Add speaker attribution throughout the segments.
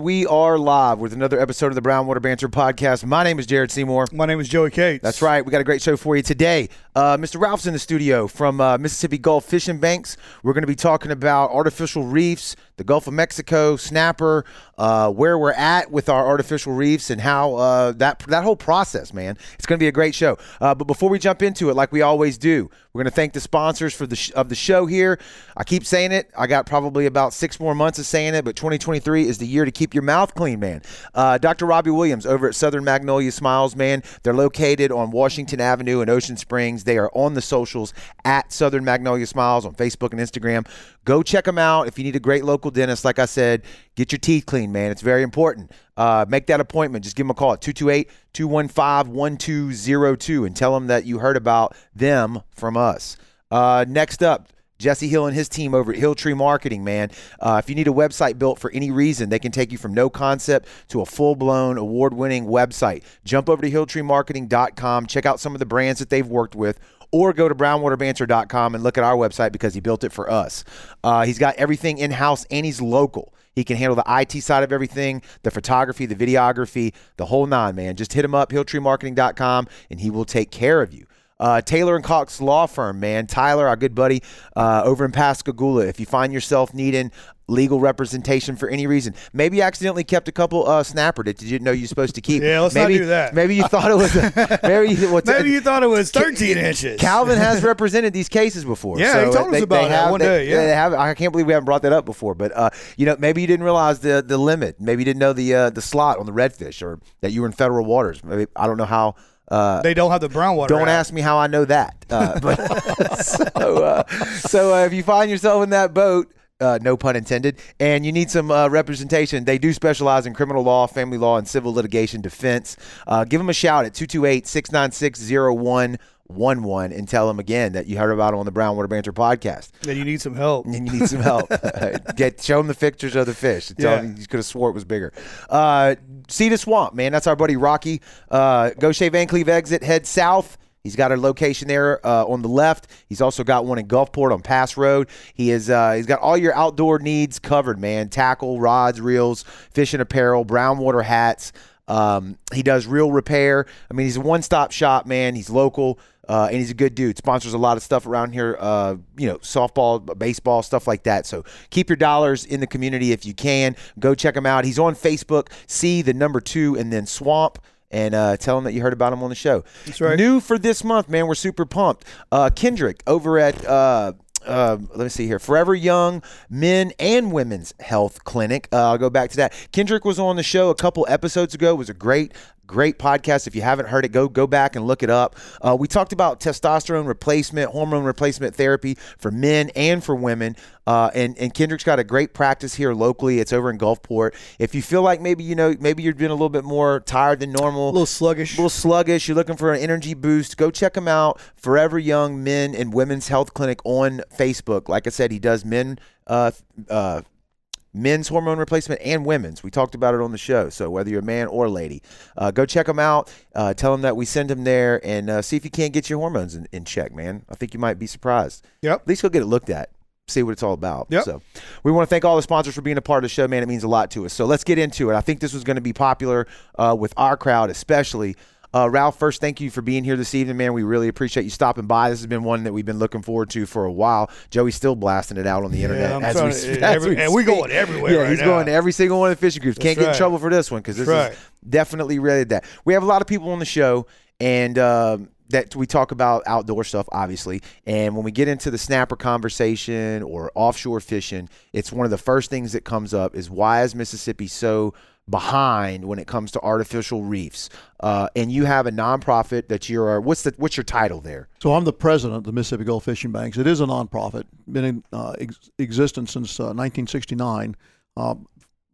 Speaker 1: we are live with another episode of the Brownwater Banter podcast. My name is Jared Seymour.
Speaker 2: My name is Joey Cates.
Speaker 1: That's right. We got a great show for you today. Uh, Mr. Ralph's in the studio from uh, Mississippi Gulf Fishing Banks. We're going to be talking about artificial reefs, the Gulf of Mexico, snapper, uh, where we're at with our artificial reefs, and how uh, that that whole process, man. It's going to be a great show. Uh, but before we jump into it, like we always do, we're going to thank the sponsors for the sh- of the show here. I keep saying it. I got probably about six more months of saying it, but 2023 is the year to keep your mouth clean, man. Uh, Dr. Robbie Williams over at Southern Magnolia Smiles, man. They're located on Washington Avenue in Ocean Springs. They are on the socials at Southern Magnolia Smiles on Facebook and Instagram. Go check them out if you need a great local dentist. Like I said, get your teeth clean, man. It's very important. Uh, make that appointment. Just give them a call at 228 215 1202 and tell them that you heard about them from us. Uh, next up, Jesse Hill and his team over at Hilltree Marketing, man. Uh, if you need a website built for any reason, they can take you from no concept to a full blown award winning website. Jump over to hilltreemarketing.com, check out some of the brands that they've worked with or go to brownwaterbanter.com and look at our website because he built it for us. Uh, he's got everything in house and he's local. He can handle the IT side of everything, the photography, the videography, the whole nine, man. Just hit him up, hilltreemarketing.com, and he will take care of you. Uh, Taylor and Cox Law Firm, man. Tyler, our good buddy uh, over in Pascagoula. If you find yourself needing legal representation for any reason, maybe you accidentally kept a couple uh, snapper that you didn't know you're supposed to keep.
Speaker 2: Yeah, let's not
Speaker 1: maybe,
Speaker 2: do that.
Speaker 1: Maybe you thought it was. A, maybe you, what's-
Speaker 2: Maybe you thought it was 13 inches.
Speaker 1: Calvin has represented these cases before.
Speaker 2: Yeah,
Speaker 1: so
Speaker 2: he told us
Speaker 1: they,
Speaker 2: about
Speaker 1: they
Speaker 2: that
Speaker 1: have,
Speaker 2: one
Speaker 1: they-
Speaker 2: day, yeah.
Speaker 1: they have- I can't believe we haven't brought that up before. But uh, you know, maybe you didn't realize the the limit. Maybe you didn't know the uh, the slot on the redfish, or that you were in federal waters. Maybe I don't know how. Uh,
Speaker 2: They don't have the brown water.
Speaker 1: don't
Speaker 2: out.
Speaker 1: ask me how I know that. Uh, but so, uh, so uh, if you find yourself in that boat, uh, no pun intended, and you need some uh, representation, they do specialize in criminal law, family law, and civil litigation defense. Uh, give them a shout at 228 696 0111 and tell them again that you heard about it on the Brownwater Banter podcast
Speaker 2: Then you need some help.
Speaker 1: and you need some help. Uh, Get show them the pictures of the fish. And tell
Speaker 2: Yeah.
Speaker 1: them you could have swore it was bigger. Uh, Cedar Swamp, man, that's our buddy Rocky. Uh, Gaucher Van Cleve exit, head south. He's got a location there uh, on the left. He's also got one in Gulfport on Pass Road. He is uh, he's got all your outdoor needs covered, man. Tackle, rods, reels, fishing apparel, brown water hats. Um, he does real repair. I mean, he's a one-stop shop, man. He's local uh, and he's a good dude. Sponsors a lot of stuff around here, uh, you know, softball, b- baseball, stuff like that. So keep your dollars in the community if you can. Go check him out. He's on Facebook. See the number two and then Swamp. And uh, tell him that you heard about him on the show. That's
Speaker 2: right.
Speaker 1: New for this month, man. We're super pumped. Uh, Kendrick over at uh, uh, let me see here. Forever Young Men and Women's Health Clinic. Uh, I'll go back to that. Kendrick was on the show a couple episodes ago. It was a great, great podcast. If you haven't heard it, go go back and look it up. Uh, we talked about testosterone replacement, hormone replacement therapy for men and for women. Uh, and and Kendrick's got a great practice here locally. It's over in Gulfport. If you feel like maybe you know maybe you've been a little bit more tired than normal,
Speaker 2: A little sluggish.
Speaker 1: little sluggish, you're looking for an energy boost, go check him out. Forever Young Men and Women's Health Clinic on Facebook. Like I said, he does men uh, uh, men's hormone replacement and women's. We talked about it on the show. So whether you're a man or a lady, uh, go check him out. Uh, tell him that we send him there and uh, see if you can't get your hormones in, in check, man. I think you might be surprised.
Speaker 2: Yep.
Speaker 1: At least go get it looked at. See what it's all about.
Speaker 2: Yep.
Speaker 1: So, we want to thank all the sponsors for being a part of the show, man. It means a lot to us. So, let's get into it. I think this was going to be popular uh, with our crowd, especially. Uh, Ralph, first, thank you for being here this evening, man. We really appreciate you stopping by. This has been one that we've been looking forward to for a while. Joey's still blasting it out on the internet
Speaker 2: I'm
Speaker 1: as
Speaker 2: trying
Speaker 1: we,
Speaker 2: to-
Speaker 1: sp- as
Speaker 2: every-
Speaker 1: we
Speaker 2: and we're
Speaker 1: speak.
Speaker 2: going everywhere
Speaker 1: Yeah,
Speaker 2: right
Speaker 1: he's
Speaker 2: now.
Speaker 1: going to every single one of the fishing groups. Can't get in
Speaker 2: right.
Speaker 1: trouble for this one because this
Speaker 2: That's
Speaker 1: is
Speaker 2: right.
Speaker 1: definitely related to that. We have a lot of people on the show, and um that we talk about outdoor stuff, obviously. And when we get into the snapper conversation or offshore fishing, it's one of the first things that comes up is why is Mississippi so behind when it comes to artificial reefs? Uh, and you have a nonprofit that you're. What's the what's your title there?
Speaker 3: So I'm the president of the Mississippi Gulf Fishing Banks. It is a nonprofit, been in uh, ex- existence since uh, 1969. Um,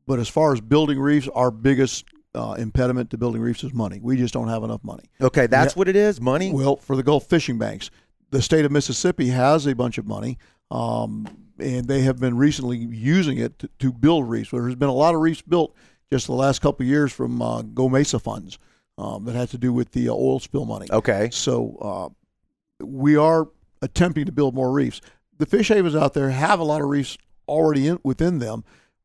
Speaker 3: but as far as building reefs, our biggest uh, impediment to building reefs is money. We just don't have enough money.
Speaker 1: Okay, that's what it is. Money.
Speaker 3: Well, for the Gulf Fishing Banks, the state of Mississippi has a bunch of money, um, and they have been recently using it to, to build reefs. There's been a lot of reefs built just the last couple of years from uh, Go Mesa funds um, that had to do with the uh, oil spill money.
Speaker 1: Okay.
Speaker 3: So uh, we are attempting to build more reefs. The fish havens out there have a lot of reefs already in, within them.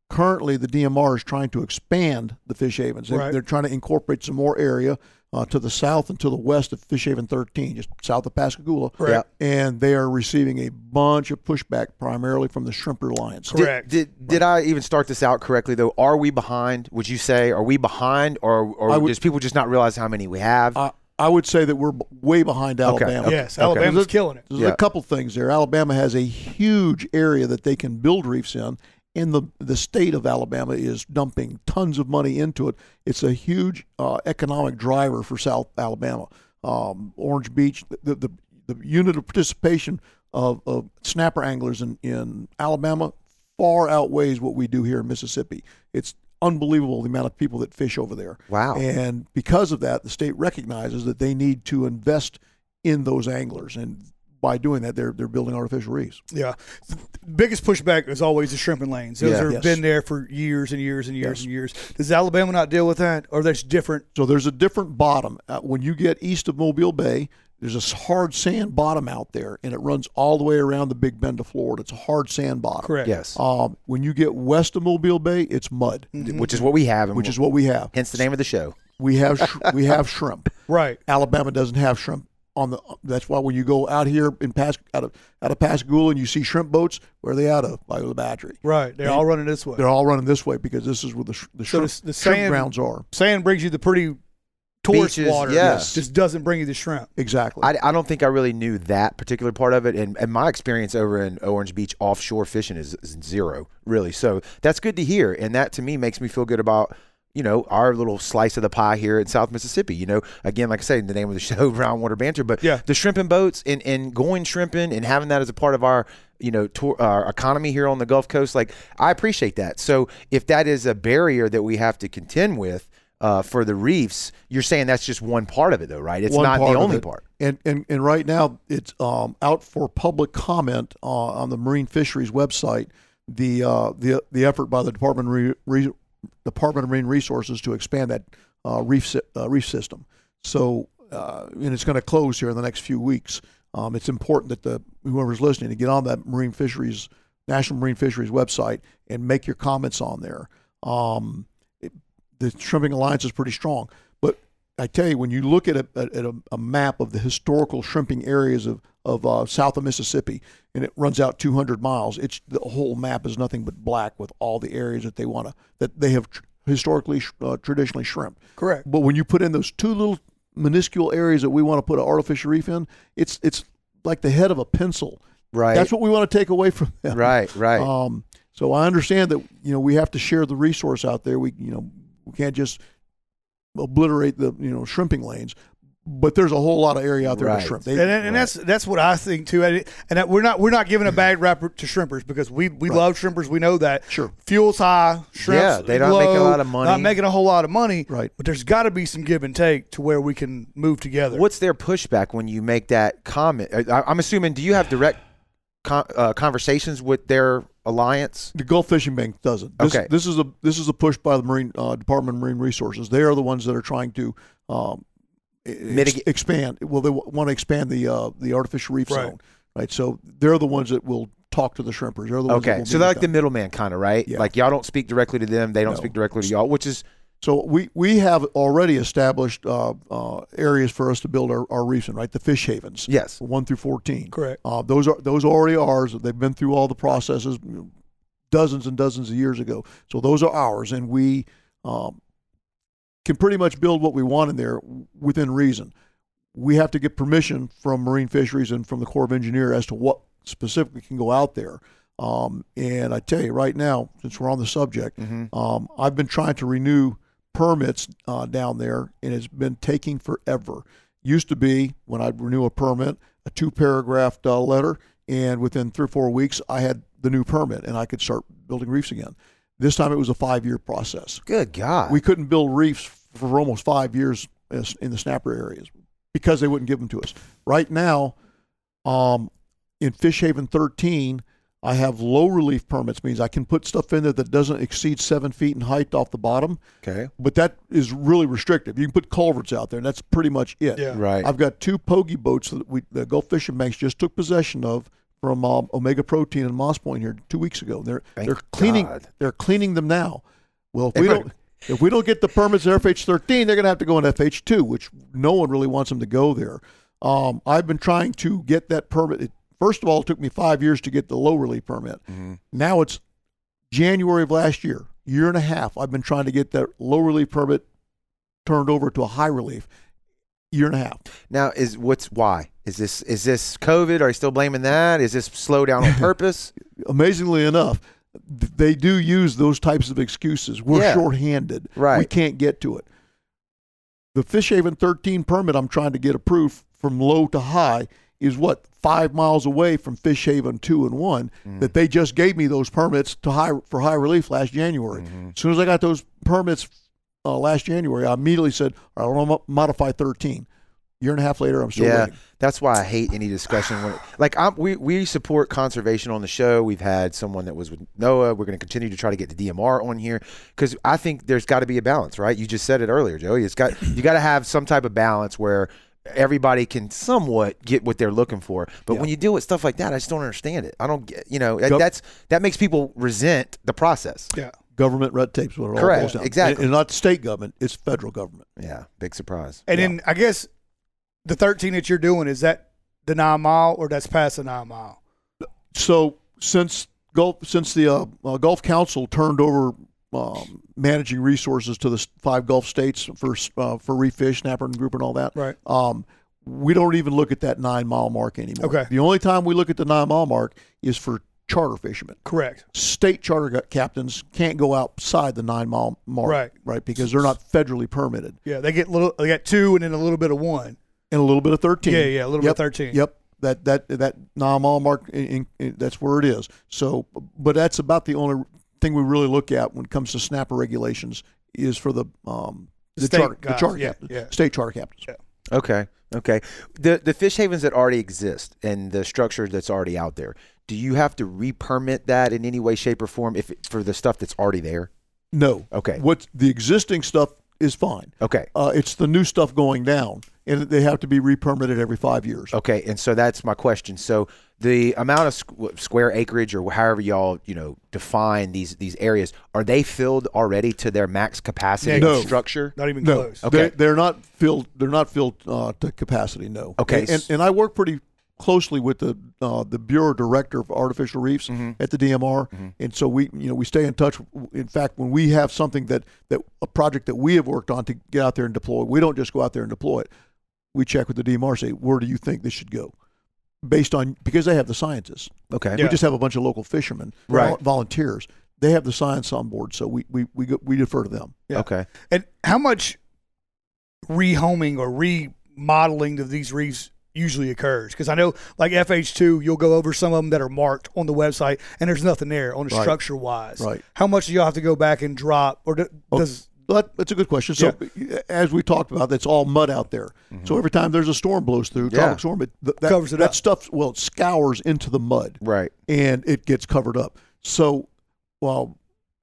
Speaker 3: currently the DMR is trying to expand the Fish Havens. They-
Speaker 2: Right.
Speaker 3: They're trying to incorporate some more area uh, to the south and to the west of Fish Haven 13, just south of Pascagoula.
Speaker 2: Correct.
Speaker 3: And they are receiving a bunch of pushback, primarily from the Shrimper Alliance.
Speaker 1: Did-
Speaker 2: Correct.
Speaker 1: Did, did, I even start this out correctly though? Are we behind? Would you say are we behind, or or
Speaker 3: I would-
Speaker 1: does people just not realize how many we have?
Speaker 3: I, I would say that we're b- way behind Alabama.
Speaker 2: Yes, Alabama's
Speaker 3: Look-
Speaker 2: killing it.
Speaker 3: There's
Speaker 1: Yeah.
Speaker 3: a couple things there. Alabama has a huge area that they can build reefs in, and the the state of Alabama is dumping tons of money into it. It's a huge uh, economic driver for South Alabama. Um, Orange Beach, the, the the unit of participation of, of snapper anglers in, in Alabama far outweighs what we do here in Mississippi. It's unbelievable the amount of people that fish over there.
Speaker 1: Wow.
Speaker 3: And because of that, the state recognizes that they need to invest in those anglers, and by doing that, they're they're building artificial reefs.
Speaker 2: Yeah. The biggest pushback is always the shrimping lanes. Those
Speaker 1: Yeah.
Speaker 2: have
Speaker 3: Yes.
Speaker 2: been there for years and years and years and years. Does Alabama not deal with that? Or that's different?
Speaker 3: So there's a different bottom uh, when you get east of Mobile Bay. There's this hard sand bottom out there, and it runs all the way around the Big Bend of Florida. It's a hard sand bottom.
Speaker 2: Correct.
Speaker 1: yes,
Speaker 3: Um, when you get west of Mobile Bay, it's mud,
Speaker 1: which is what we have, Mm-hmm. and
Speaker 3: which is what we have.
Speaker 1: hence the name of the show.
Speaker 3: We have sh- we have shrimp.
Speaker 2: Right.
Speaker 3: Alabama doesn't have shrimp on the. That's why when you go out here in Pas out of out of Pascagoula and you see shrimp boats, where are they out of? Biola Battery.
Speaker 2: Right. They're all running this way.
Speaker 3: They're all running this way because this is where the, sh- the,
Speaker 2: So
Speaker 3: shrimp,
Speaker 2: the- the
Speaker 3: shrimp
Speaker 2: sand-
Speaker 3: grounds are.
Speaker 2: Sand brings you the pretty tourist
Speaker 1: Beaches,
Speaker 2: water.
Speaker 1: yeah.
Speaker 2: Just doesn't bring you the shrimp.
Speaker 3: Exactly.
Speaker 1: I, I don't think I really knew that particular part of it, and, and my experience over in Orange Beach offshore fishing is, is zero, really. So that's good to hear, and that to me makes me feel good about you know our little slice of the pie here in South Mississippi. You know, again, like I say, the name of the show, Brownwater Banter, but
Speaker 2: Yeah.
Speaker 1: the shrimping boats and and going shrimping and having that as a part of our you know tour, our economy here on the Gulf Coast, like I appreciate that. So if that is a barrier that we have to contend with. Uh, for the reefs, you're saying that's just one part of it, though, right? It's
Speaker 3: One
Speaker 1: not
Speaker 3: part
Speaker 1: the
Speaker 3: of
Speaker 1: only
Speaker 3: it.
Speaker 1: part.
Speaker 3: And, and and right now it's um, out for public comment uh, on the Marine Fisheries website. The uh, the the effort by the Department of Re- Re- Department of Marine Resources to expand that uh, reef sy- uh, reef system. So uh, and it's going to close here in the next few weeks. Um, it's important that the whoever's listening to get on that Marine Fisheries National Marine Fisheries website and make your comments on there. Um, it- the shrimping alliance is pretty strong, but I tell you, when you look at a, at at a, a map of the historical shrimping areas of, of uh, south of Mississippi, and it runs out 200 miles, it's the whole map is nothing but black with all the areas that they want to that they have tr- historically sh- uh, traditionally shrimped.
Speaker 2: Correct.
Speaker 3: But when you put in those two little minuscule areas that we want to put an artificial reef in, it's it's like the head of a pencil.
Speaker 1: Right.
Speaker 3: That's what we want to take away from them.
Speaker 1: Right, right.
Speaker 3: Um, so I understand that you know we have to share the resource out there. We you know we can't just obliterate the you know shrimping lanes, but there's a whole lot of area out there
Speaker 1: Right.
Speaker 3: to shrimp. They-
Speaker 2: and, and that's that's what I think too. And, it- and that we're not we're not giving a bad rap to shrimpers because we we love shrimpers. We know that.
Speaker 3: Sure.
Speaker 2: fuel's high. Shrimps
Speaker 1: Yeah, they don't make a
Speaker 2: low,
Speaker 1: lot of money.
Speaker 2: Not making a whole lot of money.
Speaker 3: Right.
Speaker 2: But there's got to be some give and take to where we can move
Speaker 3: Oh,
Speaker 2: together.
Speaker 1: What's their pushback when you make that comment? I, I'm assuming, do you have direct con- uh, conversations with their alliance?
Speaker 3: the Gulf Fishing Bank doesn't. This,
Speaker 1: Okay.
Speaker 3: This is a this is a push by the Marine uh, Department of Marine Resources. They are the ones that are trying to um, ex-
Speaker 1: Mitigate-
Speaker 3: expand. Well, they w- want to expand the uh, the artificial reef
Speaker 2: Right.
Speaker 3: zone, right? So they're the ones that will talk to the shrimpers. They're the ones that
Speaker 1: Okay,
Speaker 3: will
Speaker 1: so
Speaker 3: meet
Speaker 1: they're like
Speaker 3: with
Speaker 1: the
Speaker 3: them.
Speaker 1: middleman, kind of, right?
Speaker 3: Yeah.
Speaker 1: Like y'all don't speak directly to them; they don't
Speaker 3: No.
Speaker 1: speak directly to y'all, which is
Speaker 3: So we, we have already established uh, uh, areas for us to build our, our reefs in, right? The fish havens.
Speaker 1: Yes.
Speaker 3: One through fourteen.
Speaker 2: Correct.
Speaker 3: Uh, those are those already ours. They've been through all the processes, you know, dozens and dozens of years ago. So those are ours, and we um, can pretty much build what we want in there within reason. We have to get permission from Marine Fisheries and from the Corps of Engineer as to what specifically can go out there. Um, and I tell you right now, since we're on the subject,
Speaker 1: Mm-hmm.
Speaker 3: um, I've been trying to renew permits uh, down there, and it's been taking forever. Used to be when I'd renew a permit, a two paragraph uh, letter, and within three or four weeks, I had the new permit and I could start building reefs again. This time it was a five year process.
Speaker 1: good God.
Speaker 3: We couldn't build reefs for almost five years as- in the snapper areas because they wouldn't give them to us. Right now, um, in Fish Haven 13, I have low relief permits, means I can put stuff in there that doesn't exceed seven feet in height off the bottom,
Speaker 1: okay,
Speaker 3: but that is really restrictive. You can put culverts out there, and that's pretty much it.
Speaker 2: Yeah.
Speaker 1: right?
Speaker 3: I've got two pogey boats that we the Gulf Fishing Banks just took possession of from um, Omega Protein and Moss Point here two weeks ago. They're
Speaker 1: Thank
Speaker 3: they're cleaning
Speaker 1: God.
Speaker 3: they're cleaning them now. Well, if we
Speaker 1: They
Speaker 3: don't if we don't get the permits at FH thirteen, they're going to have to go in FH two, which no one really wants them to go there. Um, I've been trying to get that permit. It, first of all, it took me five years to get the low relief permit.
Speaker 1: Mm-hmm.
Speaker 3: Now it's January of last year, year and a half. I've been trying to get that low relief permit turned over to a high relief. Year and a half.
Speaker 1: Now is what's why is this is this COVID? Are you still blaming that? Is this slow down on purpose?
Speaker 3: amazingly enough, th- they do use those types of excuses. We're
Speaker 1: Yeah.
Speaker 3: shorthanded. We
Speaker 1: Right.
Speaker 3: can't get to it. The Fish Haven 13 permit I'm trying to get approved from low to high is what five miles away from Fish Haven two and one
Speaker 1: Mm-hmm.
Speaker 3: that they just gave me those permits to high for high relief last January.
Speaker 1: Mm-hmm.
Speaker 3: As soon as I got those permits uh, last January, I immediately said, "I want to modify 13." Year and a half later, I'm still
Speaker 1: yeah,
Speaker 3: waiting.
Speaker 1: that's why I hate any discussion. When it, like I'm, we we support conservation on the show. We've had someone that was with NOAA. We're going to continue to try to get the DMR on here because I think there's got to be a balance, right? You just said it earlier, Joey. It's got you got to have some type of balance where everybody can somewhat get what they're looking for. But when you deal with stuff like that, I just don't understand it. I don't get, you know,
Speaker 3: Gov-
Speaker 1: that's that makes people resent the process.
Speaker 2: Yeah.
Speaker 3: Government red tape is what it all
Speaker 1: Correct.
Speaker 3: boils down. to.
Speaker 1: Exactly.
Speaker 3: and not state government; it's federal government.
Speaker 1: Yeah, big surprise.
Speaker 2: And then I guess the 13 that you're doing is that the nine mile or that's past the nine mile?
Speaker 3: so since Gulf since the uh, uh, Gulf Council turned over um, managing resources to the s- five Gulf states for s- uh, for refish, snapper, and group, and all that,
Speaker 2: Right.
Speaker 3: Um, we don't even look at that nine mile mark anymore.
Speaker 2: Okay.
Speaker 3: The only time we look at the nine mile mark is for charter fishermen.
Speaker 2: Correct.
Speaker 3: State charter gu- captains can't go outside the nine mile mark,
Speaker 2: Right.
Speaker 3: Right, because they're not federally permitted.
Speaker 2: Yeah. They get little, they got two and then a little bit of one.
Speaker 3: And a little bit of thirteen.
Speaker 2: Yeah, yeah, a little bit
Speaker 3: Yep.
Speaker 2: of 13.
Speaker 3: Yep. That that that non-mall mark, in, in, in- that's where it is. So, but that's about the only thing we really look at when it comes to snapper regulations is for the um the
Speaker 2: State
Speaker 3: charter, the
Speaker 2: guys,
Speaker 3: charter
Speaker 2: yeah,
Speaker 3: captains,
Speaker 2: yeah.
Speaker 3: state charter captains.
Speaker 1: Okay. Okay. The the fish havens that already exist and the structure that's already out there. Do you have to re-permit that in any way, shape, or form if for the stuff that's already there?
Speaker 3: No.
Speaker 1: Okay.
Speaker 3: What the existing stuff is fine.
Speaker 1: Okay.
Speaker 3: Uh, it's the new stuff going down, and they have to be re-permitted every five years.
Speaker 2: Oh,
Speaker 1: Okay. And so that's my question. So the amount of squ- square acreage or however y'all you know define these these areas are they filled already to their max capacity
Speaker 2: No.
Speaker 1: of structure?
Speaker 2: Not even
Speaker 3: No,
Speaker 2: close.
Speaker 1: Okay.
Speaker 3: They, they're not filled. They're not filled uh, to capacity. No.
Speaker 1: Okay.
Speaker 3: And, and, and I work pretty closely with the uh, the bureau director of artificial
Speaker 2: Mm-hmm.
Speaker 3: reefs
Speaker 1: Mm-hmm.
Speaker 3: at the DMR, and so we you know we stay in touch. In fact, when we have something that that a project that we have worked on to get out there and deploy, we don't just go out there and deploy it. We check with the DMR, say where do you think this should go, based on because they have the scientists.
Speaker 1: Okay.
Speaker 3: We just have a bunch of local fishermen,
Speaker 1: Right.
Speaker 3: vol- volunteers. They have the science on board, so we we we, go, we defer to them.
Speaker 2: Yeah.
Speaker 1: Okay.
Speaker 2: And how much rehoming or remodeling of these reefs usually occurs? Because I know, like FH2, you'll go over some of them that are marked on the website, and there's nothing there on the
Speaker 3: Right.
Speaker 2: structure wise.
Speaker 3: Right.
Speaker 2: How much do y'all have to go back and drop, or do,
Speaker 3: Oh,
Speaker 2: does
Speaker 3: But that's a good question. So, as we talked about, that's all mud out there. So every time there's a storm blows through,
Speaker 1: Yeah.
Speaker 3: tropical storm, it th- that,
Speaker 2: Mm-hmm. Covers it
Speaker 3: that
Speaker 2: up.
Speaker 3: stuff well it scours into the mud
Speaker 1: Right.
Speaker 3: and it gets covered up. So, well,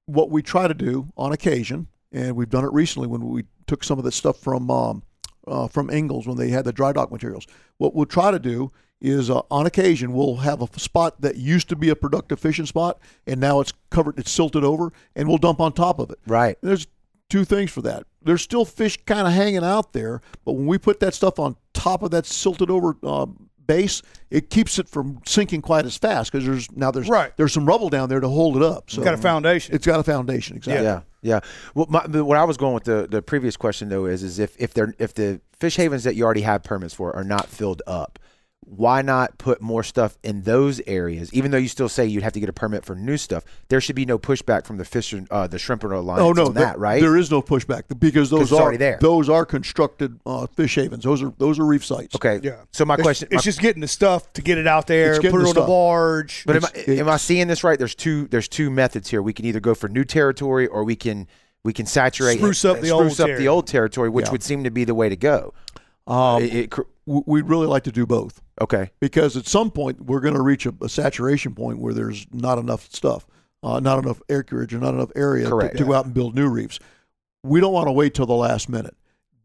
Speaker 3: what we try to do on occasion, and we've done it recently when we took some of the stuff from um, uh, from Ingalls when they had the dry dock materials. What we'll try to do is uh, on occasion we'll have a f- spot that used to be a productive fishing spot and now it's covered, it's silted over, and we'll dump on top of it.
Speaker 1: Right.
Speaker 3: There's two things for that. There's still fish kind of hanging out there, but when we put that stuff on top of that silted over uh, base, it keeps it from sinking quite as fast because there's now there's
Speaker 2: Right.
Speaker 3: there's some rubble down there to hold it up. So
Speaker 2: got a foundation?
Speaker 3: it's got a foundation exactly.
Speaker 1: Yeah, yeah. Well, my, but what I was going with the, the previous question though is is if if they're if the fish havens that you already have permits for are not filled up, why not put more stuff in those areas? Even though you still say you'd have to get a permit for new stuff, there should be no pushback from the fish uh, the shrimper alliance.
Speaker 3: Oh no,
Speaker 1: on
Speaker 3: there-
Speaker 1: that right?
Speaker 3: There is no pushback because those
Speaker 1: it's
Speaker 3: are
Speaker 1: already there.
Speaker 3: those are constructed uh, fish havens. Those are those are reef sites.
Speaker 1: okay.
Speaker 2: Yeah.
Speaker 1: So my
Speaker 2: It's-
Speaker 1: question, my-
Speaker 2: It's, just getting the stuff to get it out there,
Speaker 3: It's
Speaker 2: put it
Speaker 3: getting
Speaker 2: on
Speaker 3: the
Speaker 2: the
Speaker 3: stuff.
Speaker 2: barge.
Speaker 1: but am
Speaker 3: it's-
Speaker 1: I, am I seeing this right? There's two there's two methods here. We can either go for new territory or we can we can saturate
Speaker 2: Spruce up the
Speaker 1: spruce
Speaker 2: old
Speaker 1: up the
Speaker 2: territory.
Speaker 1: old territory, which
Speaker 3: Yeah.
Speaker 1: would seem to be the way to go.
Speaker 3: Um,
Speaker 1: It- it cr-
Speaker 3: w- we'd really like to do both.
Speaker 1: okay.
Speaker 3: because at some point we're going to reach a, a saturation point where there's not enough stuff, uh, not enough acreage, or not enough area to,
Speaker 1: Correct.
Speaker 3: to go out and build new reefs. We don't want to wait till the last minute.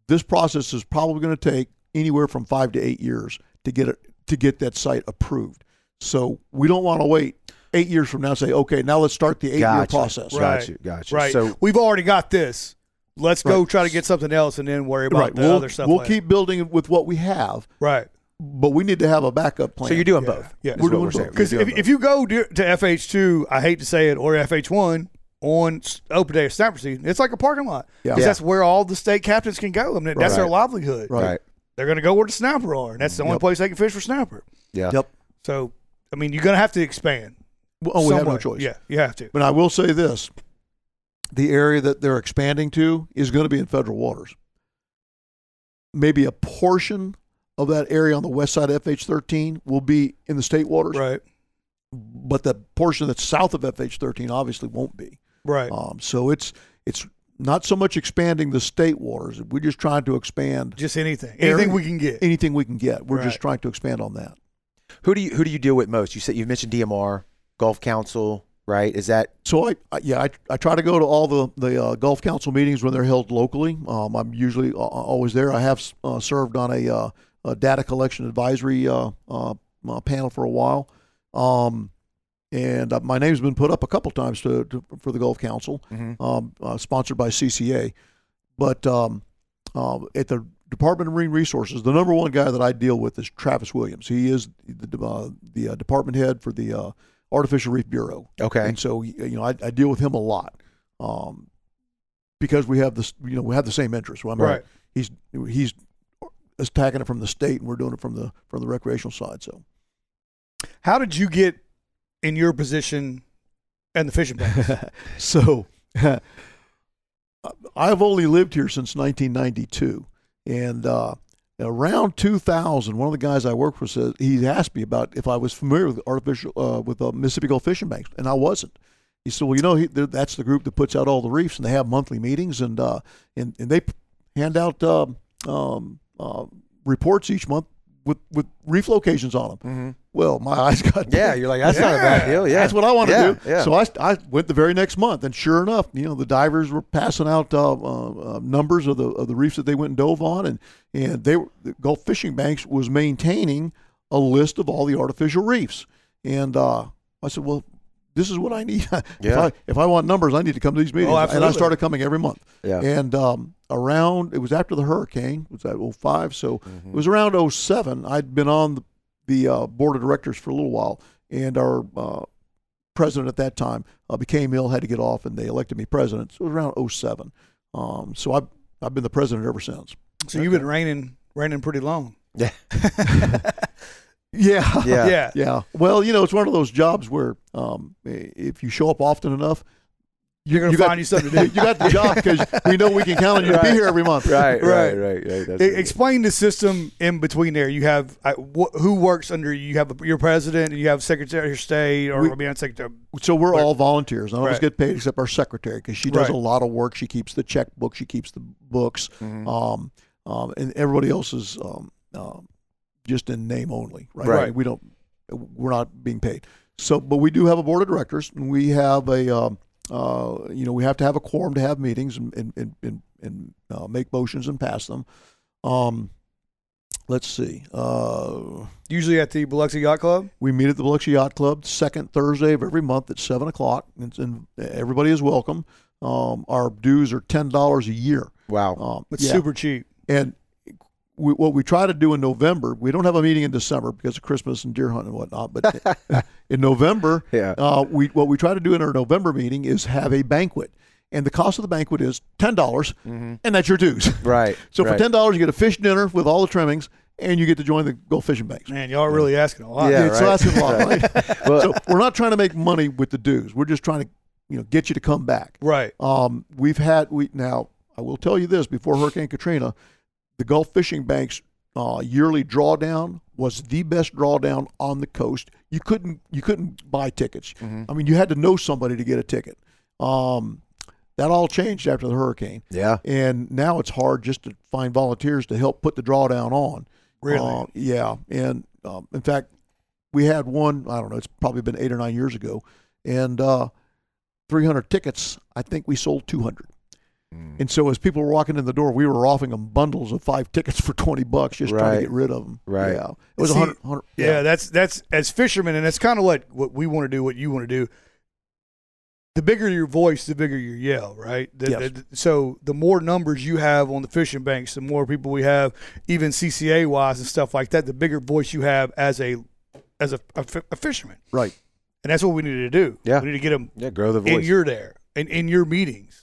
Speaker 3: This process is probably going to take anywhere from five to eight years to get it to get that site approved. So we don't want to wait eight years from now and say, okay, now let's start the eight year
Speaker 1: Gotcha.
Speaker 3: process.
Speaker 1: Got
Speaker 2: Right.
Speaker 1: you. Got you.
Speaker 2: Right.
Speaker 1: So
Speaker 2: we've already got this. Let's go
Speaker 3: Right.
Speaker 2: try to get something else and then worry about
Speaker 3: Right.
Speaker 2: the
Speaker 3: We'll,
Speaker 2: other stuff.
Speaker 3: we'll
Speaker 2: later.
Speaker 3: keep building with what we have,
Speaker 2: right.
Speaker 3: but we need to have a backup plan.
Speaker 1: so you're doing
Speaker 2: Yeah.
Speaker 1: both.
Speaker 2: Yeah.
Speaker 1: is
Speaker 2: We're
Speaker 1: what
Speaker 3: doing
Speaker 1: saying.
Speaker 3: both.
Speaker 1: You're
Speaker 2: Because
Speaker 1: doing
Speaker 2: if,
Speaker 1: both.
Speaker 2: if you go do- to FH2, I hate to say it, or FH1 on s- open day of snapper season, it's like a parking lot.
Speaker 3: Yeah.
Speaker 2: 'Cause that's where all the state captains can go. I mean, that's their
Speaker 1: Right.
Speaker 2: livelihood.
Speaker 3: Right.
Speaker 1: right.
Speaker 2: They're going to go where the snapper are, and that's the only place they can fish for snapper.
Speaker 1: Yeah.
Speaker 3: Yep.
Speaker 2: So, I mean, you're going to have to expand.
Speaker 3: Oh, we have no
Speaker 2: somewhat.
Speaker 3: choice.
Speaker 2: Yeah, you have to.
Speaker 3: But I will say this the area that they're expanding to is going to be in federal waters. Maybe a portion of that area on the west side of FH 13 will be in the state waters,
Speaker 2: Right,
Speaker 3: but the portion that's south of FH 13 obviously won't be.
Speaker 2: right.
Speaker 3: Um, so it's it's not so much expanding the state waters. We're just trying to expand
Speaker 2: Just anything.
Speaker 3: Aaron-
Speaker 2: Anything we can get.
Speaker 3: anything we can get. We're just
Speaker 2: Right.
Speaker 3: trying to expand on that.
Speaker 1: Who do you who do you deal with most? You said you mentioned DMR, Golf Council, right? Is that
Speaker 3: So I, I yeah I, I try to go to all the the uh, Gulf Council meetings when they're held locally. Um, I'm usually uh, always there. I have uh, served on a, uh, a data collection advisory uh, uh, uh, panel for a while, um, and uh, my name's been put up a couple times to, to for the Gulf Council,
Speaker 1: Mhm.
Speaker 3: um, uh, sponsored by CCA. But um, uh, at the Department of Marine Resources, the number one guy that I deal with is Travis Williams. He is the uh, the uh, department head for the uh, Artificial Reef Bureau.
Speaker 1: okay?
Speaker 3: And so you know, I, I deal with him a lot, um, because we have this, you know, we have the same interests. Well, I mean,
Speaker 2: Right.
Speaker 3: He's he's uh, attacking it from the state, and we're doing it from the from the recreational side. So
Speaker 2: How did you get in your position and the fishing banks?
Speaker 3: so I've only lived here since 1992, and uh, around 2000, one of the guys I worked with said he asked me about if I was familiar with artificial uh, with uh, Mississippi Gulf Fishing Banks, and I wasn't. He said, "Well, you know, he, they're- that's the group that puts out all the reefs, and they have monthly meetings, and uh, and and they p- hand out um, um, uh, reports each month." With, with reef locations on them. Well, my eyes got
Speaker 1: Yeah,
Speaker 3: big.
Speaker 1: you're like that's not a bad deal. Yeah,
Speaker 3: That's what I want to
Speaker 1: Yeah,
Speaker 3: do.
Speaker 1: Yeah.
Speaker 3: So I, I went the very next month, and sure enough, you know, the divers were passing out uh, uh, uh, numbers of the of the reefs that they went and dove on, and and they were, the Gulf Fishing Banks was maintaining a list of all the artificial reefs, and uh, I said, well. This is what I need. if,
Speaker 1: Yeah.
Speaker 3: I, if I want numbers, I need to come to these meetings. and I
Speaker 2: absolutely.
Speaker 3: started coming every month.
Speaker 1: Yeah.
Speaker 3: And um, around, it was after the hurricane, it was at 05. So it was around 07. I'd been on the, the uh, board of directors for a little while, and our uh, president at that time uh, became ill, had to get off, and they elected me president. So it was around 07. Um, so I've, I've been the president ever since.
Speaker 2: so you've been raining, raining pretty long.
Speaker 1: yeah.
Speaker 3: Yeah.
Speaker 1: Mm-hmm. Yeah.
Speaker 2: yeah.
Speaker 3: Yeah. Well, you know, it's one of those jobs where um, i- if you show up often enough,
Speaker 2: You're going
Speaker 3: you
Speaker 2: to
Speaker 3: got-
Speaker 2: find you something to do. E-
Speaker 3: you got the job because we know we can count on you to be
Speaker 1: Right.
Speaker 3: here every month.
Speaker 1: Right,
Speaker 2: Right.
Speaker 1: right, right, right. That's
Speaker 2: E-
Speaker 1: it.
Speaker 2: Explain the system in between there. You have I, wh- who works under you. You have your president, and you have Secretary of State, or
Speaker 3: We-
Speaker 2: I mean, not Secretary.
Speaker 3: So we're all volunteers. None of us
Speaker 2: Right.
Speaker 3: get paid except our secretary because she does
Speaker 2: Right.
Speaker 3: a lot of work. She keeps the checkbook. She keeps the books.
Speaker 1: Mm-hmm.
Speaker 3: Um, um, and everybody else is um, um, just in name only, right?
Speaker 1: Right.
Speaker 3: We don't. We're not being paid. So, but we do have a board of directors, and we have a. Um, uh, you know, we have to have a quorum to have meetings and and and, and, and uh, make motions and pass them. Um, let's see. Uh,
Speaker 2: Usually at the Biloxi Yacht Club.
Speaker 3: we meet at the Biloxi Yacht Club second Thursday of every month at seven o'clock, and, and everybody is welcome. Um, our dues are ten dollars a year.
Speaker 1: wow.
Speaker 3: Um,
Speaker 2: It's
Speaker 3: yeah.
Speaker 2: super cheap.
Speaker 3: And we, what we try to do in November, we don't have a meeting in December because of Christmas and deer hunt and whatnot. But in November,
Speaker 1: Yeah.
Speaker 3: uh, we what we try to do in our November meeting is have a banquet, and the cost of the banquet is ten dollars, and that's your dues.
Speaker 1: Mm-hmm. Right.
Speaker 3: So
Speaker 1: right.
Speaker 3: for ten dollars, you get a fish dinner with all the trimmings, and you get to join the Gulf Fishing Banks.
Speaker 2: Man, y'all are really asking a lot.
Speaker 1: Yeah.
Speaker 3: Yeah, so
Speaker 1: right.
Speaker 3: that's a lot. Right?
Speaker 1: Well-
Speaker 3: so we're not trying to make money with the dues. We're just trying to, you know, get you to come back.
Speaker 2: Right.
Speaker 3: Um, we've had we now. I will tell you this: before Hurricane Katrina, the Gulf Fishing Bank's uh, yearly drawdown was the best drawdown on the coast. You couldn't you couldn't buy tickets. I mean, you had to know somebody to get a ticket. Um, that all changed after the hurricane
Speaker 1: yeah.
Speaker 3: and now it's hard just to find volunteers to help put the drawdown on.
Speaker 2: Really?
Speaker 3: Uh, yeah, and um, in fact, we had one. I don't know. It's probably been eight or nine years ago, and uh, 300 tickets. I think we sold 200. And so as people were walking in the door, we were offering them bundles of five tickets for 20 bucks just trying
Speaker 1: Right.
Speaker 3: to get rid of them.
Speaker 1: Right.
Speaker 3: Yeah. It was
Speaker 2: See,
Speaker 3: 100, 100
Speaker 2: Yeah, that's that's as fishermen, and that's kind of what what we want to do, what you want to do. The bigger your voice, the bigger your yell, right? The-
Speaker 3: Yes.
Speaker 2: the- so the more numbers you have on the fishing banks, the more people we have, even CCA wise and stuff like that. The bigger voice you have as a as a, a fi- a fisherman,
Speaker 3: Right.
Speaker 2: and that's what we need to do.
Speaker 1: Yeah.
Speaker 2: we need to get them
Speaker 1: Yeah, grow the
Speaker 2: in
Speaker 1: voice.
Speaker 2: your there and in your meetings.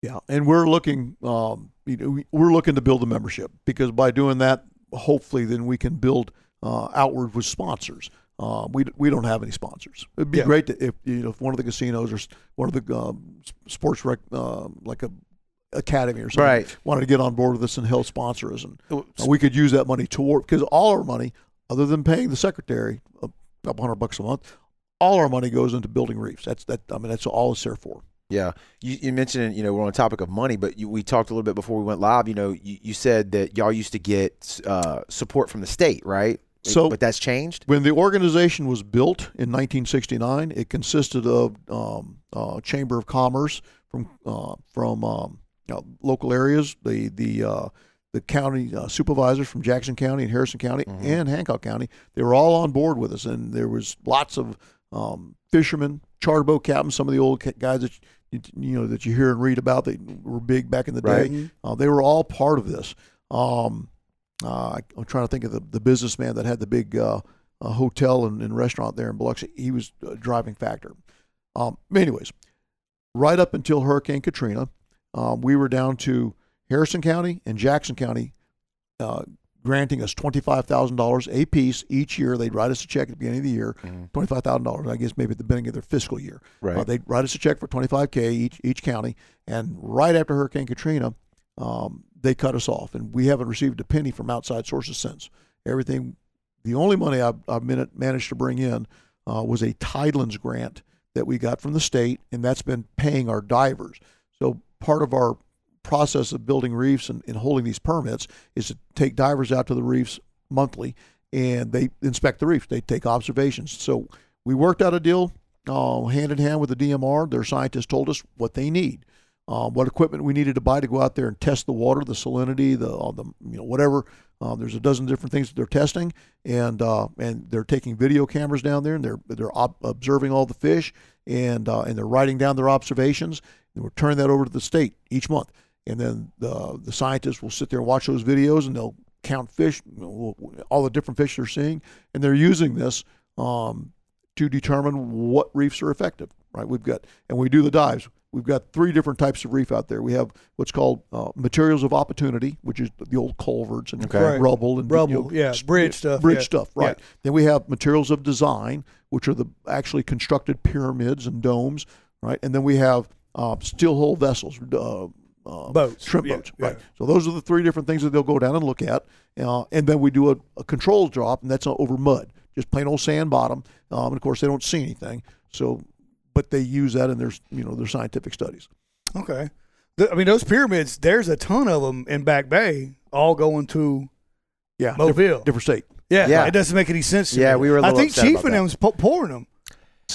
Speaker 3: Yeah, and we're looking, um, you know, we- we're looking to build a membership because by doing that, hopefully, then we can build uh, outward with sponsors. Uh, we we don't have any sponsors. It'd be
Speaker 2: Yeah.
Speaker 3: great to, if you know if one of the casinos or s- one of the um, s- sports rec, um like a academy or something
Speaker 1: Right.
Speaker 3: wanted to get on board with us and help sponsor us, and uh, we could use that money toward because all our money, other than paying the secretary a couple hundred bucks a month, all our money goes into building reefs. That's that. I mean, that's all it's there for.
Speaker 1: Yeah, you, you mentioned you know we're on the topic of money, but you, we talked a little bit before we went live. You know, you, you said that y'all used to get uh, support from the state, right?
Speaker 3: So-
Speaker 1: but that's changed.
Speaker 3: When the organization was built in 1969, it consisted of um, uh, Chamber of Commerce from uh, from um, you know, local areas, the the uh, the county uh, supervisors from Jackson County and Harrison County and Hancock County. They were all on board with us, and there was lots of um, fishermen, charter boat captains, some of the old ca- guys that you, you know that you hear and read about that were big back in the
Speaker 1: Right.
Speaker 3: day. Uh, they were all part of this. Um, uh, I- I'm trying to think of the, the businessman that had the big uh, uh, hotel and, and restaurant there in Biloxi. He was a driving factor. Um, anyways, right up until Hurricane Katrina, um, we were down to Harrison County and Jackson County uh, granting us $25,000 a piece each year. They'd write us a check at the beginning of the year, $25,000, I guess maybe at the beginning of their fiscal year.
Speaker 1: Right.
Speaker 3: Uh, they'd write us a check for 25K each, each county. And right after Hurricane Katrina, um, they cut us off. And we haven't received a penny from outside sources since. Everything, the only money I've, I've min- managed to bring in uh, was a Tidelands grant that we got from the state, and that's been paying our divers. So part of our process of building reefs and, and holding these permits is to take divers out to the reefs monthly and they inspect the reefs. They take observations. So we worked out a deal uh, hand in hand with the DMR. Their scientists told us what they need, uh, what equipment we needed to buy to go out there and test the water, the salinity, the, uh, the you know whatever. Uh, there's a dozen different things that they're testing, and uh, and they're taking video cameras down there, and they're they're ob- observing all the fish, and uh, and they're writing down their observations. And we're turning that over to the state each month and then the the scientists will sit there and watch those videos and they'll count fish, you know, all the different fish they're seeing, and they're using this um, to determine what reefs are effective. Right? We've got and we do the dives. We've got three different types of reef out there. We have what's called uh, materials of opportunity, which is the old culverts and
Speaker 1: Okay.
Speaker 2: Right.
Speaker 3: rubble and you
Speaker 2: Rubble,
Speaker 3: know,
Speaker 2: yeah,
Speaker 3: s-
Speaker 2: bridge stuff,
Speaker 3: bridge
Speaker 2: yeah.
Speaker 3: stuff, right? Then we have materials of design, which are the actually constructed pyramids and domes, right? And then we have uh, steel hull vessels, uh, uh,
Speaker 2: Boats,
Speaker 3: shrimp
Speaker 2: yeah,
Speaker 3: boats,
Speaker 2: yeah.
Speaker 3: right? So those are the three different things that they'll go down and look at, uh, and then we do a, a control drop, and that's uh, over mud, just plain old sand bottom. Um, and of course, they don't see anything, so but they use that in their you know their scientific studies.
Speaker 2: Okay, Th- I mean those pyramids. There's a ton of them in Back Bay, all going to
Speaker 3: Yeah,
Speaker 2: Mobile.
Speaker 3: different, different state.
Speaker 2: Yeah,
Speaker 1: Yeah.
Speaker 2: it doesn't make any sense. To
Speaker 1: Yeah,
Speaker 2: me.
Speaker 1: we were a
Speaker 2: I
Speaker 1: little
Speaker 2: think
Speaker 1: upset
Speaker 2: Chief
Speaker 1: about
Speaker 2: and
Speaker 1: that.
Speaker 2: them was po- pouring them.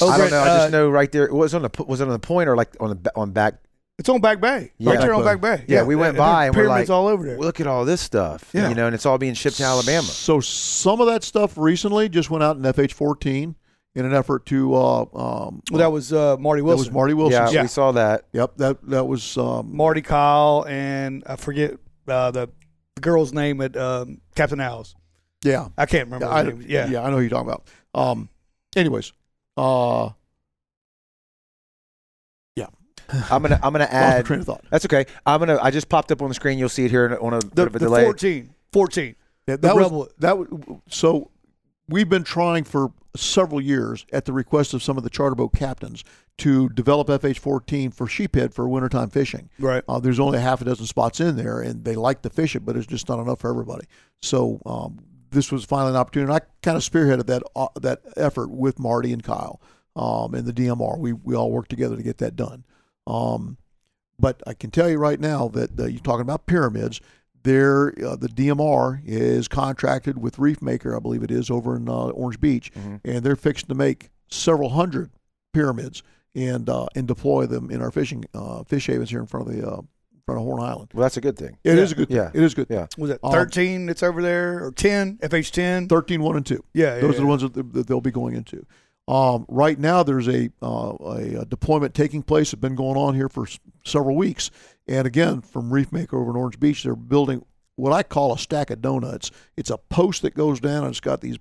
Speaker 1: I
Speaker 2: over
Speaker 1: don't
Speaker 2: at,
Speaker 1: know. I
Speaker 2: uh,
Speaker 1: just know right there. Was it on the p- was it on the point or like on the ba- on back?
Speaker 2: It's on Back Bay,
Speaker 1: Yeah.
Speaker 2: right there on
Speaker 3: Back
Speaker 2: Back Bay.
Speaker 1: Yeah, we went
Speaker 2: there-
Speaker 1: by
Speaker 2: there
Speaker 1: and
Speaker 2: pyramids
Speaker 1: we're like,
Speaker 2: all over there.
Speaker 1: Look at all this stuff.
Speaker 2: Yeah.
Speaker 1: you know, and it's all being shipped to Alabama.
Speaker 3: So some of that stuff recently just went out in FH14 in an effort to uh, um,
Speaker 2: Well, that was uh, Marty
Speaker 3: that
Speaker 2: Wilson,
Speaker 3: was Marty
Speaker 1: Yeah,
Speaker 3: Wilson.
Speaker 2: Yeah.
Speaker 1: we saw that.
Speaker 3: Yep, that that was um,
Speaker 2: Marty Kyle, and I forget uh, the the girl's name at um, Captain Al's.
Speaker 3: yeah.
Speaker 2: I can't remember.
Speaker 3: I,
Speaker 2: her name. Yeah,
Speaker 3: yeah, I know who you're talking about. Um, anyways, uh,
Speaker 1: I'm gonna I'm gonna
Speaker 3: lost my
Speaker 1: add.
Speaker 3: train of thought.
Speaker 1: That's okay. I'm gonna. I just popped up on the screen. You'll see it here in- on a
Speaker 2: the,
Speaker 1: bit of a
Speaker 2: the
Speaker 1: delay.
Speaker 2: 14, 14.
Speaker 3: That,
Speaker 2: The
Speaker 3: that was
Speaker 2: rebel-
Speaker 3: that. was- So we've been trying for several years, at the request of some of the charter boat captains, to develop FH14 for sheephead for wintertime fishing.
Speaker 2: Right.
Speaker 3: Uh, there's only a half a dozen spots in there, and they like to fish it, but it's just not enough for everybody. So um, this was finally an opportunity. And I kind of spearheaded that uh, that effort with Marty and Kyle um, and the DMR. We we all worked together to get that done. Um, but I can tell you right now that uh, you're talking about pyramids. There, uh, the DMR is contracted with Reef Maker, I believe it is, over in uh, Orange Beach, and they're fixing to make several hundred pyramids and uh, and deploy them in our fishing uh, fish havens here in front of the uh, front of Horn Island.
Speaker 1: Well, that's a good thing.
Speaker 3: It is
Speaker 2: Yeah.
Speaker 3: a good.
Speaker 1: Yeah.
Speaker 3: Yeah. It is a good.
Speaker 1: Yeah.
Speaker 2: Was it
Speaker 3: Um,
Speaker 2: 13 that's over there or 10? FH 10?
Speaker 3: 13, 1, and 2.
Speaker 2: Yeah, yeah,
Speaker 3: Those are
Speaker 2: yeah.
Speaker 3: the ones that, that they'll be going into. Um, right now, there's a, uh, a uh, deployment taking place. It's been going on here for s- several weeks. And again, from Reef Maker over in Orange Beach, they're building what I call a stack of donuts. It's a post that goes down and it's got these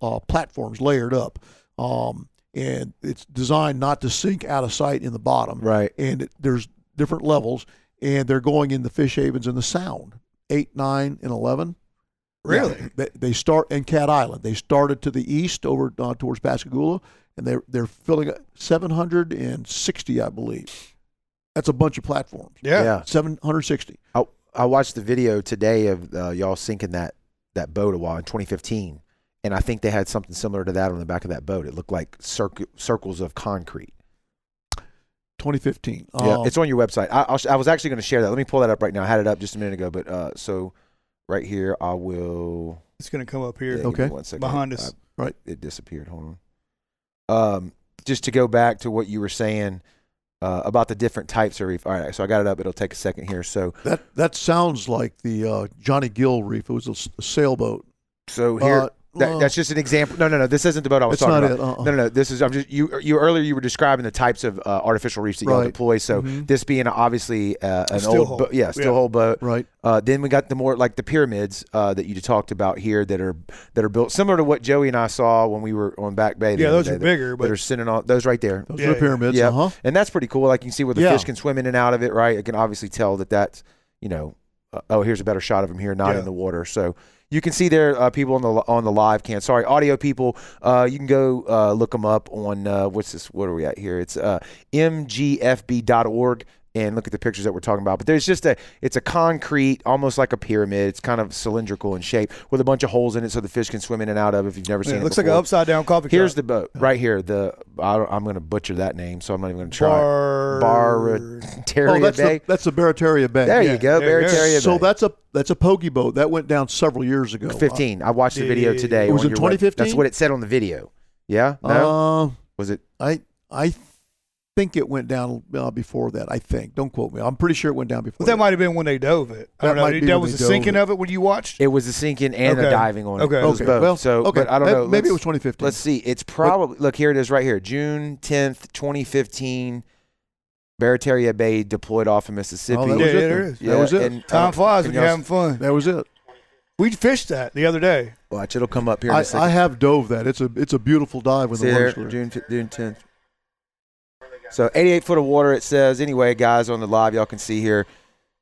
Speaker 3: uh, platforms layered up. Um, and it's designed not to sink out of sight in the bottom
Speaker 1: Right.
Speaker 3: and it, there's different levels, and they're going in the fish havens and the sound eight, nine, and eleven.
Speaker 2: Really?
Speaker 3: Yeah. They, they start in Cat Island. They started to the east over uh, towards Pascagoula, and they're they're filling up 760, I believe. That's a bunch of platforms.
Speaker 2: Yeah.
Speaker 1: yeah.
Speaker 3: 760.
Speaker 1: I, I watched the video today of uh, y'all sinking that that boat a while in 2015, and I think they had something similar to that on the back of that boat. It looked like circ- circles of concrete.
Speaker 3: 2015.
Speaker 1: Yeah,
Speaker 3: Um,
Speaker 1: it's on your website. I, I'll, sh- I was actually going to share that. Let me pull that up right now. I had it up just a minute ago, but uh, so right here I will.
Speaker 2: It's going to come up
Speaker 1: yeah,
Speaker 2: here.
Speaker 1: give me
Speaker 3: Okay.
Speaker 1: one second.
Speaker 2: Behind us.
Speaker 1: I-
Speaker 3: Right.
Speaker 1: It disappeared. Hold on. Um, just to go back to what you were saying uh, about the different types of reef. All right, so I got it up. It'll take a second here. So
Speaker 3: that that sounds like the uh, Johnny Gill Reef. It was a, s- a sailboat.
Speaker 1: so here.
Speaker 3: Uh,
Speaker 1: That,
Speaker 3: uh,
Speaker 1: that's just an example. No, no, no. This isn't the boat I was
Speaker 3: It's
Speaker 1: talking about.
Speaker 3: not it, uh-uh.
Speaker 1: No, no, no. This is. I'm just you. You earlier you were describing the types of uh, artificial reefs that y'all
Speaker 3: Right.
Speaker 1: deploy. So
Speaker 3: Mhm.
Speaker 1: this being obviously uh, an
Speaker 2: stillhole.
Speaker 1: old, bo- yeah,
Speaker 2: Yeah.
Speaker 1: still whole boat.
Speaker 3: right.
Speaker 1: Uh, then we got the more like the pyramids uh, that you talked about here that are that are built similar to what Joey and I saw when we were on Back Bay. the
Speaker 2: Yeah,
Speaker 1: other
Speaker 2: those
Speaker 1: day,
Speaker 2: are
Speaker 1: that-
Speaker 2: bigger,
Speaker 1: That
Speaker 2: but
Speaker 1: are sitting on those right there.
Speaker 3: Those
Speaker 2: Yeah,
Speaker 3: are
Speaker 2: yeah.
Speaker 3: the pyramids.
Speaker 1: Yeah.
Speaker 3: Uh huh.
Speaker 1: And that's pretty cool. Like you can see where the
Speaker 3: Yeah.
Speaker 1: fish can swim in and out of it, right? I can obviously tell that that's, you know, uh, oh, here's a better shot of him here, not
Speaker 2: Yeah.
Speaker 1: in the water. So you can see there uh, people on the on the live can. Sorry, audio people, uh, you can go uh, look them up on uh, what's this? What are we at here? It's uh, mgfb.org and look at the pictures that we're talking about. But there's just a it's a concrete, almost like a pyramid. It's kind of cylindrical in shape with a bunch of holes in it, so the fish can swim in and out of. If you've never seen
Speaker 2: Yeah,
Speaker 1: it,
Speaker 2: it looks like an
Speaker 1: before.
Speaker 2: upside down coffee
Speaker 1: Here's
Speaker 2: cup.
Speaker 1: the boat right here. The I don't, I'm going to butcher that name, so I'm not even going to try.
Speaker 2: Bar-
Speaker 1: Barataria
Speaker 3: Oh, that's
Speaker 1: Bay.
Speaker 3: the, that's the Barataria Bay.
Speaker 1: there
Speaker 2: yeah,
Speaker 1: you go,
Speaker 2: there it is.
Speaker 1: Barataria
Speaker 3: So
Speaker 1: Bay.
Speaker 3: that's a that's a pogie boat that went down several years ago.
Speaker 1: 15. I watched the video
Speaker 2: Yeah.
Speaker 1: today.
Speaker 3: It was
Speaker 1: on
Speaker 3: in
Speaker 1: your web-
Speaker 3: 2015?
Speaker 1: That's what it said on the video. Yeah.
Speaker 3: Uh,
Speaker 1: No.
Speaker 3: uh,
Speaker 1: was it?
Speaker 3: I I think it went down uh, before that. I think. Don't quote me. I'm pretty sure it went down
Speaker 2: But
Speaker 3: before.
Speaker 2: that might have been when they dove it. I don't
Speaker 3: That
Speaker 2: know.
Speaker 3: might
Speaker 2: That,
Speaker 3: be when
Speaker 2: was
Speaker 3: they
Speaker 2: the
Speaker 3: dove
Speaker 2: sinking
Speaker 3: it.
Speaker 2: of it when you watched?
Speaker 1: It was the sinking and the
Speaker 2: Okay.
Speaker 1: diving on
Speaker 2: Okay.
Speaker 1: it. It was
Speaker 3: Okay.
Speaker 1: both.
Speaker 3: Well,
Speaker 1: so,
Speaker 3: okay.
Speaker 1: but I don't
Speaker 3: May-
Speaker 1: know.
Speaker 3: Maybe it was
Speaker 1: Let's-
Speaker 3: 2015.
Speaker 1: Let's see. It's probably look here. It is right here. June 10th, 2015. Barataria Bay deployed off of Mississippi.
Speaker 3: Oh, that
Speaker 2: Yeah,
Speaker 3: was it.
Speaker 2: yeah, there
Speaker 3: then.
Speaker 2: is.
Speaker 1: Yeah,
Speaker 3: That was it.
Speaker 1: and, uh,
Speaker 2: Time
Speaker 1: and
Speaker 2: flies when you're
Speaker 1: y'all-
Speaker 2: having fun.
Speaker 3: that was it.
Speaker 2: We fished that the other day.
Speaker 1: Watch, it'll come up here in
Speaker 3: I,
Speaker 1: a second.
Speaker 3: I have dove that. It's a it's a beautiful dive when
Speaker 1: See
Speaker 3: the
Speaker 1: there,
Speaker 3: water's clear.
Speaker 1: June, fi- June 10th. So 88 foot of water, it says. Anyway, guys, on the live, y'all can see here.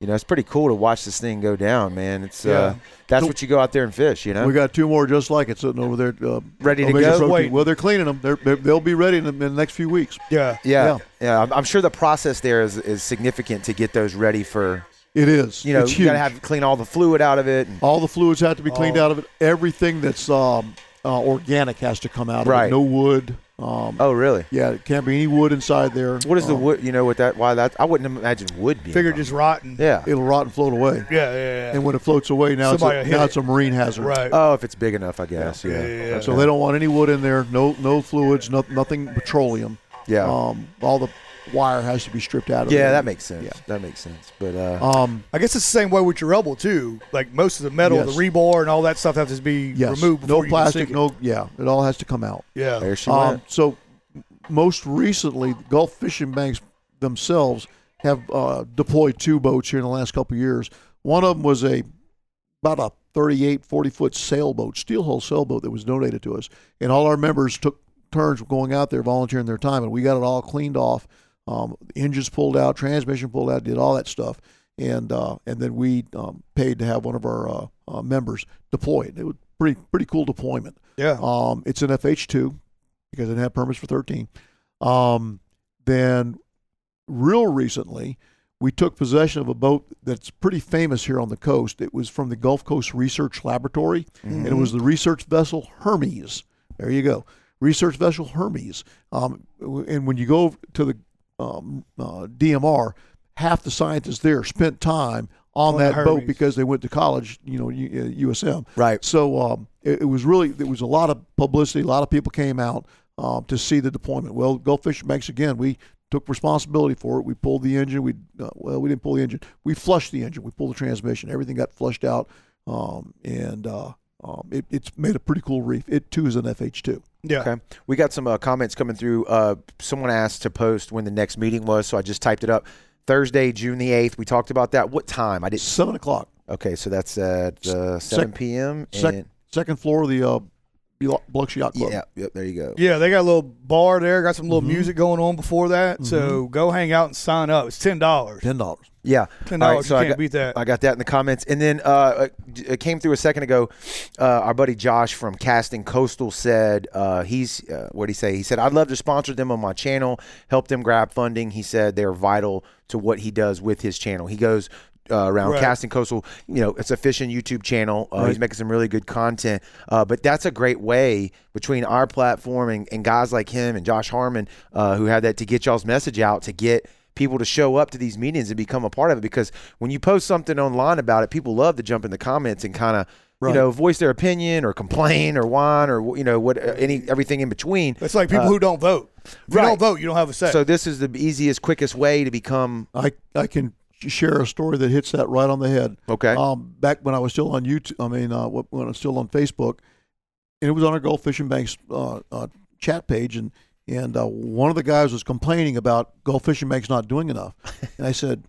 Speaker 1: You know, it's pretty cool to watch this thing go down, man. It's uh,
Speaker 2: Yeah.
Speaker 1: that's
Speaker 3: So-
Speaker 1: what you go out there and fish. You know,
Speaker 3: We got two more just like it sitting over there. Uh,
Speaker 1: ready to
Speaker 3: Omega
Speaker 1: go.
Speaker 3: Protein.
Speaker 2: Wait.
Speaker 3: Well, they're cleaning them. They're, they're, they'll be ready in the, in the next few weeks.
Speaker 2: Yeah.
Speaker 1: Yeah, yeah.
Speaker 3: Yeah.
Speaker 1: I'm, I'm sure the process there is, is significant to get those ready for.
Speaker 3: It is.
Speaker 1: You know,
Speaker 3: it's
Speaker 1: you gotta
Speaker 3: huge. Oh,
Speaker 1: have clean all the fluid out of it. And,
Speaker 3: All the fluids have to be cleaned
Speaker 2: Oh.
Speaker 3: out of it. Everything that's um, uh, organic has to come out of
Speaker 1: Right.
Speaker 3: it. No wood. Um,
Speaker 1: oh, really?
Speaker 3: Yeah, it can't be any wood inside there.
Speaker 1: What is the
Speaker 3: Um,
Speaker 1: wood? You know what that? Why that? I wouldn't imagine wood being.
Speaker 2: Figured
Speaker 1: on it.
Speaker 2: just rotten.
Speaker 1: Yeah.
Speaker 3: It'll rot and float away.
Speaker 2: Yeah, yeah, yeah.
Speaker 3: And uh, when it floats away, now it's
Speaker 2: Somebody
Speaker 3: a,
Speaker 2: will hit
Speaker 3: now
Speaker 2: it.
Speaker 3: it's a marine hazard.
Speaker 2: right.
Speaker 1: Oh, if it's big enough, I guess. Yeah.
Speaker 2: Yeah, yeah, yeah.
Speaker 3: So they don't want any wood in there. No, no fluids. No, nothing petroleum.
Speaker 1: Yeah.
Speaker 3: Um, all the wire has to be stripped out of it.
Speaker 1: yeah, that makes sense.
Speaker 3: Yeah.
Speaker 1: That makes sense. But uh,
Speaker 3: Um,
Speaker 2: I guess it's the same way with your elbow too. Like most of the metal,
Speaker 3: Yes.
Speaker 2: the rebar, and all that stuff has to be
Speaker 3: yes.
Speaker 2: removed. Before
Speaker 3: No
Speaker 2: you can
Speaker 3: plastic.
Speaker 2: sink it.
Speaker 3: No. Yeah. It all has to come out.
Speaker 2: Yeah.
Speaker 1: there she
Speaker 3: Um,
Speaker 1: went.
Speaker 3: so most recently, Gulf Fishing Banks themselves have uh, deployed two boats here in the last couple of years. One of them was a about a 38, 40 foot sailboat, steel hull sailboat that was donated to us, and all our members took turns going out there volunteering their time, and we got it all cleaned off, um, engines pulled out, transmission pulled out, did all that stuff, and uh, and then we um, paid to have one of our uh, uh, members deployed. It was pretty pretty cool deployment.
Speaker 2: Yeah.
Speaker 3: Um, it's an FH two because it had permits for thirteen. Um, then, real recently, we took possession of a boat that's pretty famous here on the coast. It was from the Gulf Coast Research Laboratory, and
Speaker 2: Mm-hmm.
Speaker 3: it was the research vessel Hermes. There you go, research vessel Hermes. Um, and when you go to the um, uh, DMR, half the scientists there spent time on,
Speaker 2: On the
Speaker 3: that boat
Speaker 2: Hermes.
Speaker 3: because they went to college, you know, U- uh, USM.
Speaker 1: Right.
Speaker 3: So um, it, it was really there was a lot of publicity. A lot of people came out um, to see the deployment. Well, Gulf Fish Banks again. We took responsibility for it. We pulled the engine. We uh, well, we didn't pull the engine. We flushed the engine. We pulled the transmission. Everything got flushed out, um, and uh, um, it, it's made a pretty cool reef. It too is an FH two.
Speaker 2: Yeah.
Speaker 1: Okay. We got some uh, comments coming through. Uh, someone asked to post when the next meeting was, so I just typed it up. Thursday, June the 8th. We talked about that. What time? I didn't.
Speaker 3: Seven o'clock,
Speaker 1: Okay, so that's at uh, 7 p.m.
Speaker 3: sec-
Speaker 1: and-
Speaker 3: second floor of the uh, Biloxi Yacht Club.
Speaker 1: yeah, yep, there you go.
Speaker 2: Yeah, they got a little bar there, got some little
Speaker 3: Mm-hmm.
Speaker 2: music going on before that. So go hang out and sign up. It's ten dollars.
Speaker 3: ten dollars.
Speaker 1: Yeah.
Speaker 2: Ten
Speaker 1: All
Speaker 2: dollars.
Speaker 1: right, so
Speaker 2: you
Speaker 1: I
Speaker 2: can't
Speaker 1: got-
Speaker 2: beat that.
Speaker 1: I got that in the comments. And then uh, it came through a second ago. Uh, our buddy Josh from Casting Coastal said, uh, he's, uh, what did he say? He said, I'd love to sponsor them on my channel, help them grab funding. He said they're vital to what he does with his channel. He goes uh, around
Speaker 2: Right.
Speaker 1: Casting Coastal, you know, it's a fishing YouTube channel. Uh, He's making some really good content. Uh, but that's a great way between our platform and, and guys like him and Josh Harmon uh, who have that to get y'all's message out to get people to show up to these meetings and become a part of it because when you post something online about it people love to jump in the comments and kind of you
Speaker 3: Right.
Speaker 1: know voice their opinion or complain or whine or you know what uh, any everything in between
Speaker 2: It's like people who don't vote. If you
Speaker 1: Uh, right.
Speaker 2: don't vote, you don't have a say.
Speaker 1: so this is the easiest quickest way to become
Speaker 3: I I can share a story that hits that right on the head.
Speaker 1: okay
Speaker 3: Um, back when I was still on YouTube, I mean, uh, wh- when I was still on Facebook, and it was on our Gulf Fishing Bank's uh, uh, chat page, and and uh, one of the guys was complaining about Gulf Fishing Bank's not doing enough, and I said,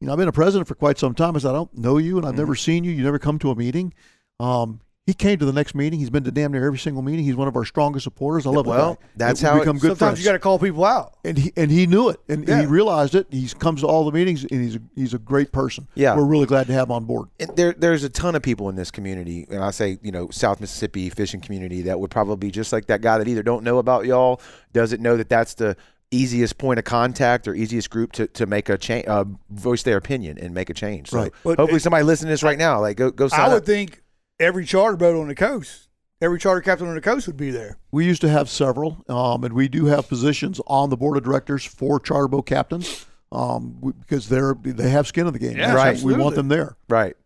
Speaker 3: you know, I've been a president for quite some time. I said, I don't know you, and I've never
Speaker 1: Mm-hmm.
Speaker 3: seen you. You never come to a meeting. Um, he came to the next meeting. He's been to damn near every single meeting. He's one of our strongest supporters. I love
Speaker 1: Well,
Speaker 3: that.
Speaker 1: that's how it-
Speaker 3: we become
Speaker 2: Sometimes
Speaker 3: good friends
Speaker 2: you got to call people out.
Speaker 3: and he and he knew it, and,
Speaker 2: Yeah.
Speaker 3: he realized it. He comes to all the meetings, and he's a, he's a great person.
Speaker 1: Yeah.
Speaker 3: we're really glad to have him on board.
Speaker 1: and there, there's a ton of people in this community, and I say, you know, South Mississippi fishing community that would probably be just like that guy that either don't know about y'all, doesn't know that that's the easiest point of contact or easiest group to, to make a change, uh, voice their opinion and make a change. So
Speaker 3: Right.
Speaker 2: But
Speaker 1: hopefully somebody listening to this right now, like go go sign
Speaker 2: I would
Speaker 1: up.
Speaker 2: think every charter boat on the coast, every charter captain on the coast would be there.
Speaker 3: We used to have several, um, and we do have positions on the board of directors for charter boat captains, um, we- because they're they have skin in the game.
Speaker 2: Yeah,
Speaker 3: That's-
Speaker 1: Right.
Speaker 3: we want
Speaker 2: absolutely.
Speaker 3: them there.
Speaker 1: right.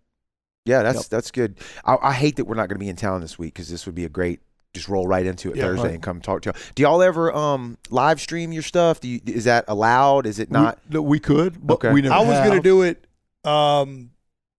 Speaker 1: Yeah, that's
Speaker 3: Yep.
Speaker 1: that's good. I, I hate that we're not going to be in town this week because this would be a great just roll right into it
Speaker 2: Yeah,
Speaker 1: Thursday
Speaker 3: right.
Speaker 1: and come talk to y'all. Do y'all ever um live stream your stuff? Do you, is that allowed? Is it not?
Speaker 3: we, no, we could, but
Speaker 1: Okay.
Speaker 3: we never.
Speaker 2: I was
Speaker 3: have.
Speaker 2: going to do it. Um,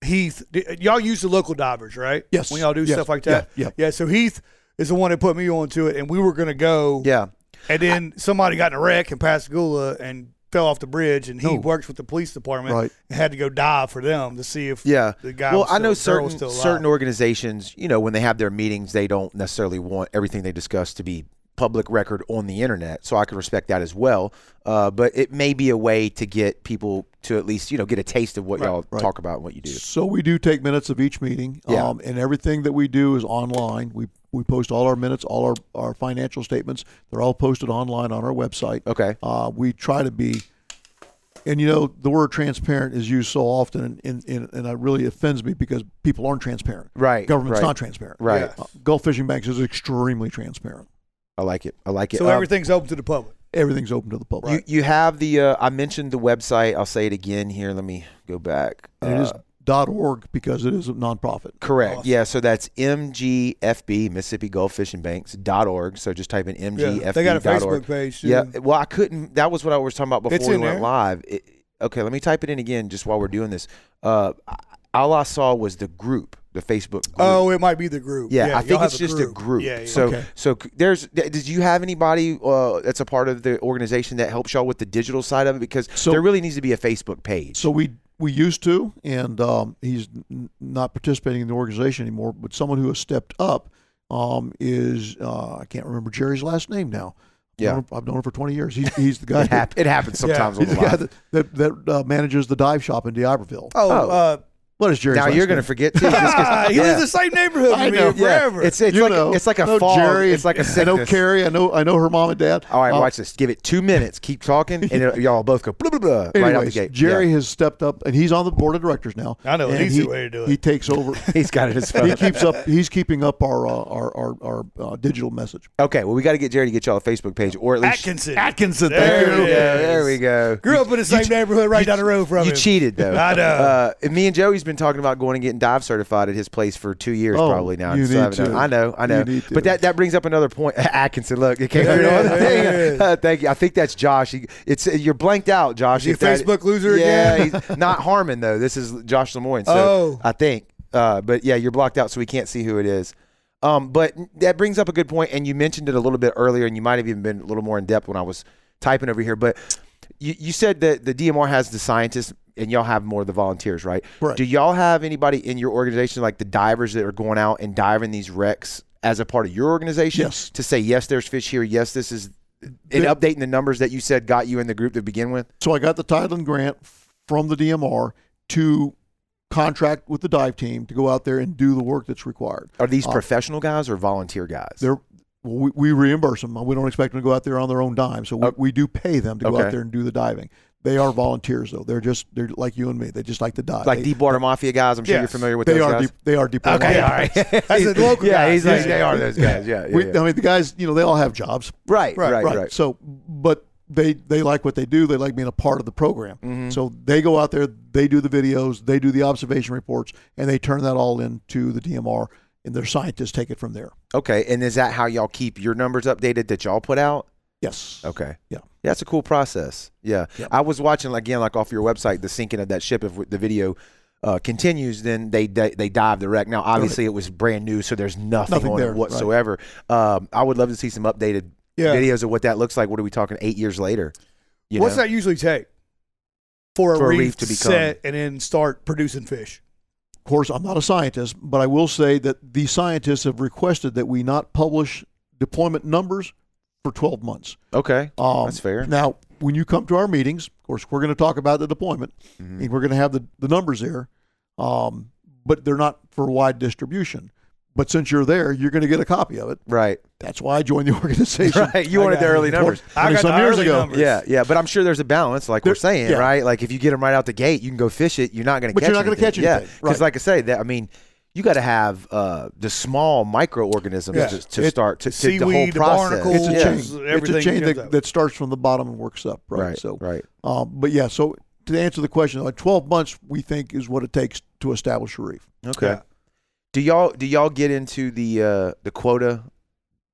Speaker 2: Heath, d- y'all use the local divers, right?
Speaker 3: Yes.
Speaker 2: When y'all do
Speaker 3: Yes.
Speaker 2: stuff like that.
Speaker 3: Yeah.
Speaker 2: Yeah. So Heath is the one that put me onto it, and we were going to go.
Speaker 1: yeah.
Speaker 2: And then somebody got in a wreck in Pascagoula and fell off the bridge, and he
Speaker 1: Oh.
Speaker 3: No.
Speaker 2: works with the police department
Speaker 3: Right.
Speaker 2: and had to go dive for them to see if
Speaker 1: Yeah.
Speaker 2: the guy.
Speaker 1: Well,
Speaker 2: was
Speaker 1: I know
Speaker 2: still, girl
Speaker 1: certain
Speaker 2: was still alive.
Speaker 1: certain organizations, you know, when they have their meetings, they don't necessarily want everything they discuss to be public record on the internet. So I can respect that as well. Uh, but it may be a way to get people to at least, you know, get a taste of what
Speaker 2: Right,
Speaker 1: y'all all
Speaker 3: right.
Speaker 1: talk about and what you do.
Speaker 3: So we do take minutes of each meeting,
Speaker 1: Yeah.
Speaker 3: um, and everything that we do is online. We we post all our minutes, all our, our financial statements. They're all posted online on our website.
Speaker 1: Okay.
Speaker 3: Uh, we try to be, and you know, the word transparent is used so often, and and, and it really offends me because people aren't transparent.
Speaker 1: Right,
Speaker 3: Government's
Speaker 1: right.
Speaker 3: not transparent.
Speaker 1: Right.
Speaker 2: Yeah.
Speaker 3: Uh, Gulf Fishing Banks is extremely transparent.
Speaker 1: I like it. I like it.
Speaker 2: So
Speaker 1: Um,
Speaker 2: everything's open to the public.
Speaker 3: Everything's open to the public.
Speaker 1: you, you have the, uh, I mentioned the website. I'll say it again here. Let me go back.
Speaker 3: and it is
Speaker 1: Uh,
Speaker 3: dot .org because it is a nonprofit.
Speaker 1: Correct.
Speaker 2: Awesome.
Speaker 1: Yeah. So that's MGFB, Mississippi Gulf Fishing Banks dot org. So just type in MGFB.
Speaker 2: Yeah. They got a
Speaker 1: dot
Speaker 2: Facebook
Speaker 1: org.
Speaker 2: page. Too.
Speaker 1: Yeah. Well, I couldn't. That was what I was talking about before
Speaker 2: It's
Speaker 1: we
Speaker 2: in
Speaker 1: went
Speaker 2: there.
Speaker 1: live. It, okay, let me type it in again just while we're doing this. Uh, I- all I saw was the group, the Facebook group.
Speaker 2: Oh, it might be the group.
Speaker 1: yeah, I
Speaker 2: y'all
Speaker 1: think
Speaker 2: have
Speaker 1: it's just a group.
Speaker 2: Yeah, yeah.
Speaker 1: So,
Speaker 3: Okay.
Speaker 1: so c- there's. th- Did you have anybody uh, that's a part of the organization that helps y'all with the digital side of it? Because
Speaker 3: So-
Speaker 1: there really needs to be a Facebook page.
Speaker 3: So we we used to, and um, he's n- not participating in the organization anymore. But someone who has stepped up um, is uh, I can't remember Jerry's last name now. I've
Speaker 1: Yeah.
Speaker 3: known him- I've known him for twenty years. He's, he's the guy.
Speaker 1: It, hap-
Speaker 3: that,
Speaker 1: it happens sometimes
Speaker 3: he's
Speaker 1: on
Speaker 3: the
Speaker 1: the
Speaker 3: guy
Speaker 1: live.
Speaker 3: that that, that uh, manages the dive shop in D'Iberville.
Speaker 2: Oh,
Speaker 1: Oh.
Speaker 2: Uh,
Speaker 3: What is Jerry's?
Speaker 1: Now
Speaker 3: last
Speaker 1: you're going to
Speaker 3: name?
Speaker 1: forget too. just 'cause-
Speaker 2: he
Speaker 1: yeah.
Speaker 2: lives in the same neighborhood
Speaker 3: I
Speaker 2: with me
Speaker 3: know.
Speaker 1: Yeah,
Speaker 2: forever.
Speaker 1: It's it's
Speaker 3: You
Speaker 1: like
Speaker 3: know.
Speaker 1: it's like
Speaker 3: I
Speaker 1: a
Speaker 3: know
Speaker 1: fog.
Speaker 3: Jerry,
Speaker 1: it's like a
Speaker 3: I know
Speaker 1: sickness. Oh,
Speaker 3: Carrie. I know I know her mom and dad.
Speaker 1: All right,
Speaker 3: Um,
Speaker 1: watch this. Give it two minutes. Keep talking, and it'll- y'all both go blah blah blah right out the
Speaker 3: anyways,
Speaker 1: gate.
Speaker 3: Jerry has stepped up, and he's on the board of directors now.
Speaker 2: I know an
Speaker 3: and
Speaker 2: easy
Speaker 3: he-
Speaker 2: way to do it.
Speaker 3: He takes over.
Speaker 1: Yeah. he's got it in his
Speaker 3: he
Speaker 1: phone.
Speaker 3: keeps up. He's keeping up our uh, our our, our uh, digital message.
Speaker 1: okay, well, we got to get Jerry to get y'all a Facebook page, or at least
Speaker 2: Atkinson.
Speaker 3: Atkinson,
Speaker 2: There
Speaker 1: There we
Speaker 2: it
Speaker 1: go.
Speaker 2: is.
Speaker 1: There we go.
Speaker 2: Grew up in the same neighborhood right down the road from
Speaker 1: You
Speaker 2: him.
Speaker 1: cheated though.
Speaker 2: I know.
Speaker 1: Uh, and me and Joey's been talking about going and getting dive certified at his place for two years
Speaker 3: Oh,
Speaker 1: probably now.
Speaker 3: you
Speaker 1: and still
Speaker 3: need
Speaker 1: haven't done it.
Speaker 3: to.
Speaker 1: I know, I
Speaker 3: You
Speaker 1: know.
Speaker 3: need to.
Speaker 1: But that, that brings up another point. Atkinson, look, it came through on the thing. Uh, Thank you. I think that's Josh. He, it's you're blanked out, Josh.
Speaker 2: he a
Speaker 1: If that-
Speaker 2: Facebook loser
Speaker 1: yeah,
Speaker 2: again?
Speaker 1: he's not Harmon though. This is Josh Lemoyne. So
Speaker 2: Oh.
Speaker 1: I think. Uh, but yeah, you're blocked out, so we can't see who it is. Um, but that brings up a good point, and you mentioned it a little bit earlier, and you might have even been a little more in depth when I was typing over here. But you, you said that the DMR has the scientists, and y'all have more of the volunteers, right?
Speaker 3: Right.
Speaker 1: Do y'all have anybody in your organization, like the divers that are going out and diving these wrecks as a part of your organization,
Speaker 3: Yes.
Speaker 1: to say yes, there's fish here, yes, this is, and updating the numbers that you said got you in the group to begin with?
Speaker 3: So I got the Tideland grant from the DMR to contract with the dive team to go out there and do the work that's required.
Speaker 1: Are these
Speaker 3: Uh,
Speaker 1: professional guys or volunteer guys?
Speaker 3: They're, we, we reimburse them. We don't expect them to go out there on their own dime. So we,
Speaker 1: Oh.
Speaker 3: we do pay them to go
Speaker 1: Okay.
Speaker 3: out there and do the diving. They are volunteers though. They're just they're like you and me. They just like to dive.
Speaker 1: like
Speaker 3: they,
Speaker 1: deep water mafia guys. I'm sure you're
Speaker 2: Yes.
Speaker 1: familiar with
Speaker 3: they
Speaker 1: those
Speaker 3: are
Speaker 1: guys.
Speaker 3: deep, they are deep.
Speaker 1: Okay, all right.
Speaker 2: That's a local
Speaker 1: yeah,
Speaker 2: guy.
Speaker 1: he's
Speaker 2: Yeah,
Speaker 1: like
Speaker 2: yeah.
Speaker 1: they are those guys. Yeah, yeah,
Speaker 3: We,
Speaker 1: yeah.
Speaker 3: I mean the guys, you know, they all have jobs.
Speaker 1: right, right, right,
Speaker 3: So, but they they like what they do. They like being a part of the program.
Speaker 1: Mm-hmm.
Speaker 3: So they go out there, they do the videos, they do the observation reports, and they turn that all into the DMR, and their scientists take it from there.
Speaker 1: Okay, and is that how y'all keep your numbers updated that y'all put out?
Speaker 3: Yes.
Speaker 1: Okay.
Speaker 3: Yeah.
Speaker 1: Yeah, it's a cool process. Yeah.
Speaker 3: Yep.
Speaker 1: I was watching again, like off your website, the sinking of that ship. If the video uh, continues, then they, they they dive the wreck. Now, obviously, it was brand new, so there's nothing,
Speaker 3: Nothing
Speaker 1: on
Speaker 3: there,
Speaker 1: it
Speaker 3: right.
Speaker 1: whatsoever. Um, I would love to see some updated
Speaker 2: Yeah.
Speaker 1: videos of what that looks like. What are we talking? Eight years later. You
Speaker 2: What's
Speaker 1: know?
Speaker 2: that usually take for a,
Speaker 1: For a
Speaker 2: reef,
Speaker 1: reef to
Speaker 2: to
Speaker 1: become-
Speaker 2: set and then start producing fish?
Speaker 3: Of course, I'm not a scientist, but I will say that the scientists have requested that we not publish deployment numbers for 12 months.
Speaker 1: Okay.
Speaker 3: Um,
Speaker 1: That's fair.
Speaker 3: Now, when you come to our meetings, of course, we're going to talk about the deployment,
Speaker 2: Mm-hmm.
Speaker 3: and we're going to have the, the numbers there, um, but they're not for wide distribution. But since you're there, you're going to get a copy of it.
Speaker 1: Right.
Speaker 3: That's why I joined the organization.
Speaker 1: Right. You wanted the
Speaker 2: got
Speaker 1: early
Speaker 2: it.
Speaker 1: numbers.
Speaker 2: I
Speaker 3: 20
Speaker 2: got
Speaker 3: some
Speaker 2: the
Speaker 3: years
Speaker 2: early
Speaker 3: ago.
Speaker 2: numbers.
Speaker 1: Yeah, yeah, but I'm sure there's a balance, like we're
Speaker 3: There-
Speaker 1: saying,
Speaker 3: yeah.
Speaker 1: right? Like if you get them right out the gate, you can go fish it. You're not going to,
Speaker 3: But
Speaker 1: catch
Speaker 3: you're not gonna
Speaker 1: anything.
Speaker 3: catch
Speaker 1: Yeah,
Speaker 3: anything, right.
Speaker 1: like I say, that I mean, you got to have uh, the small microorganisms
Speaker 2: Yeah.
Speaker 1: to, to
Speaker 3: It-
Speaker 1: start to, to the whole
Speaker 2: seaweed, the
Speaker 1: process.
Speaker 2: barnacles,
Speaker 3: It's a
Speaker 1: yeah.
Speaker 3: chain.
Speaker 2: Yes.
Speaker 3: It's a
Speaker 2: Everything
Speaker 3: chain
Speaker 2: goes
Speaker 3: that,
Speaker 2: up.
Speaker 3: that starts from the bottom and works up, right?
Speaker 1: Right.
Speaker 3: So,
Speaker 1: right.
Speaker 3: Um, but yeah, so to answer the question, like 12 months, we think is what it takes to establish a reef.
Speaker 1: Okay.
Speaker 2: Yeah.
Speaker 1: Do y'all do y'all get into the uh, the quota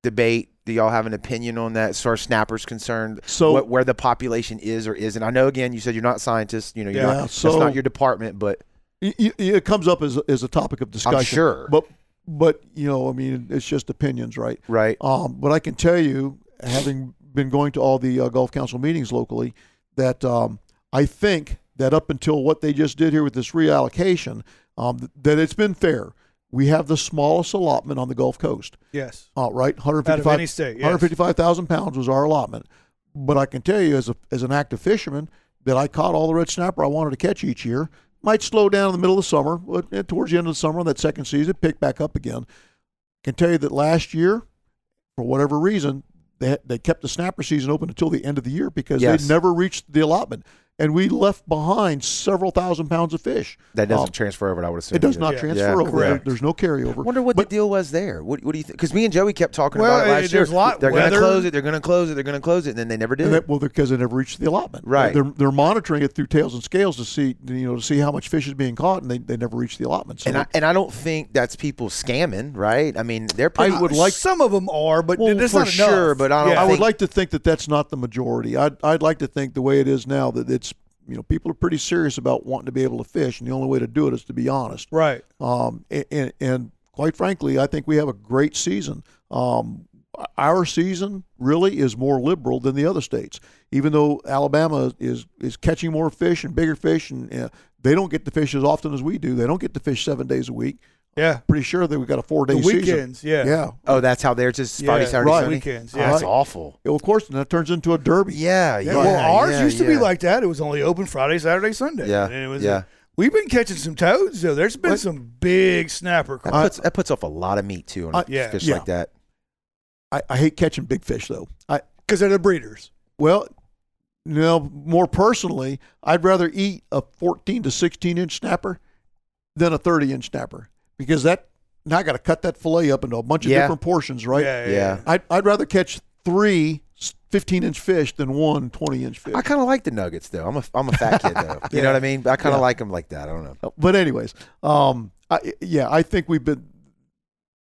Speaker 1: debate? Do y'all have an opinion on that, as far as snappers concerned?
Speaker 3: So-
Speaker 1: what, where the population is or isn't? I know again, you said you're not scientists. You know, you're
Speaker 3: Yeah,
Speaker 1: not,
Speaker 3: so-
Speaker 1: that's not your department, but
Speaker 3: Y- y- It comes up as, as a topic of discussion.
Speaker 1: sure.
Speaker 3: But, but, you know, I mean, it's just opinions, right?
Speaker 1: right.
Speaker 3: Um, but I can tell you, having been going to all the uh, Gulf Council meetings locally, that um, I think that up until what they just did here with this reallocation, um, th- that it's been fair. We have the smallest allotment on the Gulf Coast,
Speaker 2: Yes.
Speaker 3: uh, right?
Speaker 2: Out of
Speaker 3: 155
Speaker 2: any state. Yes.
Speaker 3: 155,000 pounds was our allotment. But I can tell you, as, a, as an active fisherman, that I caught all the red snapper I wanted to catch each year. Might slow down in the middle of summer, but uh, towards the end of the summer, on that second season, it picked back up again. Can tell you that last year, for whatever reason, they, they kept the snapper season open until the end of the year because
Speaker 1: Yes.
Speaker 3: they never reached the allotment. And we left behind several thousand pounds of fish.
Speaker 1: That doesn't
Speaker 3: Um,
Speaker 1: transfer over. I would assume
Speaker 3: It does
Speaker 1: either.
Speaker 3: not
Speaker 2: Yeah.
Speaker 3: transfer
Speaker 1: Yeah,
Speaker 3: over. There-
Speaker 2: correct.
Speaker 3: There's no carryover.
Speaker 1: Wonder what
Speaker 3: But-
Speaker 1: the deal was there. What, what do you think? Because me and Joey kept talking
Speaker 2: Well,
Speaker 1: about it
Speaker 2: it-
Speaker 1: last year.
Speaker 2: there's a lot-
Speaker 1: they're going to
Speaker 2: weather-
Speaker 1: close it. They're going to close it. They're going to close it. And then they never did.
Speaker 3: And that, well, because they never reached the allotment.
Speaker 1: Right.
Speaker 3: They're, they're monitoring it through tails and scales to see, you know, to see how much fish is being caught, and they, they never reach the allotment. So
Speaker 1: and I, and I don't think that's people scamming, right? I mean, they're pretty.
Speaker 2: I would like some of them are, but
Speaker 1: Well,
Speaker 2: that's
Speaker 1: for
Speaker 2: not
Speaker 1: sure,
Speaker 2: enough.
Speaker 1: but I don't
Speaker 2: Yeah.
Speaker 3: I
Speaker 1: think-
Speaker 3: would like to think that that's not the majority. I'd, I'd like to think the way it is now that it's, you know, people are pretty serious about wanting to be able to fish, and the only way to do it is to be honest.
Speaker 2: right.
Speaker 3: Um, a- and, and quite frankly, I think we have a great season. Um, our season really is more liberal than the other states, even though Alabama is is catching more fish and bigger fish, and uh, they don't get to fish as often as we do. They don't get to fish seven days a week.
Speaker 2: Yeah.
Speaker 3: Pretty sure that we got a four
Speaker 2: The
Speaker 3: day season.
Speaker 2: weekends. Yeah.
Speaker 3: Yeah.
Speaker 1: oh, that's how they're just Friday,
Speaker 2: Yeah,
Speaker 1: Saturday,
Speaker 3: right.
Speaker 1: Sunday.
Speaker 2: Weekends,
Speaker 1: Oh,
Speaker 2: yeah.
Speaker 1: that's
Speaker 3: Right.
Speaker 1: awful.
Speaker 3: Well, of course, and that turns into a derby.
Speaker 1: Yeah, yeah.
Speaker 2: well, ours
Speaker 1: yeah,
Speaker 2: used to be
Speaker 1: yeah.
Speaker 2: like that. It was only open Friday, Saturday, Sunday.
Speaker 1: Yeah,
Speaker 2: And it was,
Speaker 1: yeah.
Speaker 2: we've been catching some toads, though. There's been
Speaker 1: What?
Speaker 2: some big snapper
Speaker 1: that
Speaker 2: caught.
Speaker 1: puts that puts off a lot of meat too on a
Speaker 3: I-
Speaker 2: yeah,
Speaker 1: fish
Speaker 3: yeah.
Speaker 1: like that.
Speaker 3: I, I hate catching big fish though. I
Speaker 2: Because they're the breeders.
Speaker 3: well, you know, more personally, I'd rather eat a 14 to 16 inch snapper than a 30 inch snapper because that now I got to cut that fillet up into a bunch of
Speaker 1: Yeah.
Speaker 3: different portions, right?
Speaker 2: Yeah.
Speaker 1: Yeah.
Speaker 2: yeah.
Speaker 3: I'd, I'd rather catch three 15 inch fish than one 20 inch fish.
Speaker 1: I kind of like the nuggets though. I'm a I'm a fat kid though. You know what I mean? I kind of like them like that. I don't know.
Speaker 3: but anyways, um, I, yeah, I think we've been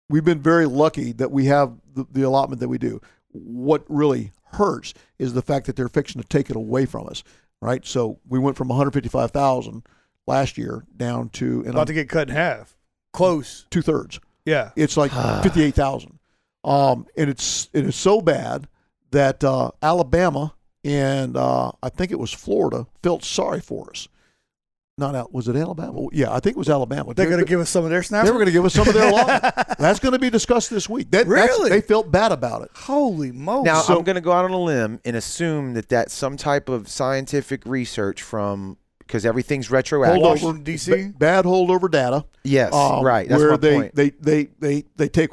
Speaker 3: we've been very lucky that we have the, the allotment that we do. What really hurts is the fact that they're fixing to take it away from us, right? So we went from 155,000 last year down to and
Speaker 2: About to get cut in half. Close.
Speaker 3: two thirds.
Speaker 2: Yeah.
Speaker 3: It's like 58,000. Um, and it's it is so bad that uh, Alabama and uh, I think it was Florida felt sorry for us. Not out was it Alabama? Yeah, I think it was Alabama.
Speaker 2: They're going to give us some of their
Speaker 3: They
Speaker 2: snapper.
Speaker 3: were going to give us some of their allotment. That's going to be discussed this week. That, that's-
Speaker 2: Really?
Speaker 3: They felt bad about it.
Speaker 2: Holy moly.
Speaker 1: Now
Speaker 3: So-
Speaker 1: I'm going to go out on a limb and assume that that's some type of scientific research from because everything's retroactive.
Speaker 3: Hold
Speaker 2: Washington, D.C.?
Speaker 3: Ba- bad holdover data.
Speaker 1: Yes,
Speaker 3: um,
Speaker 1: right. That's
Speaker 3: where
Speaker 1: my
Speaker 3: they,
Speaker 1: point.
Speaker 3: they they they they take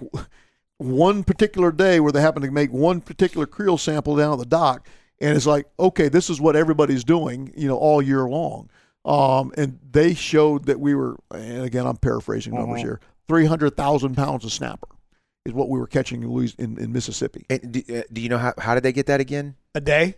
Speaker 3: one particular day where they happen to make one particular creel sample down at the dock, and it's like, okay, this is what everybody's doing, you know, all year long. Um, and they showed that we were, and again, I'm paraphrasing numbers
Speaker 1: Uh-huh.
Speaker 3: here, three hundred thousand pounds of snapper is what we were catching in, Louis- in, in Mississippi
Speaker 1: And do, uh, do you know how how did they get that again?
Speaker 2: a day?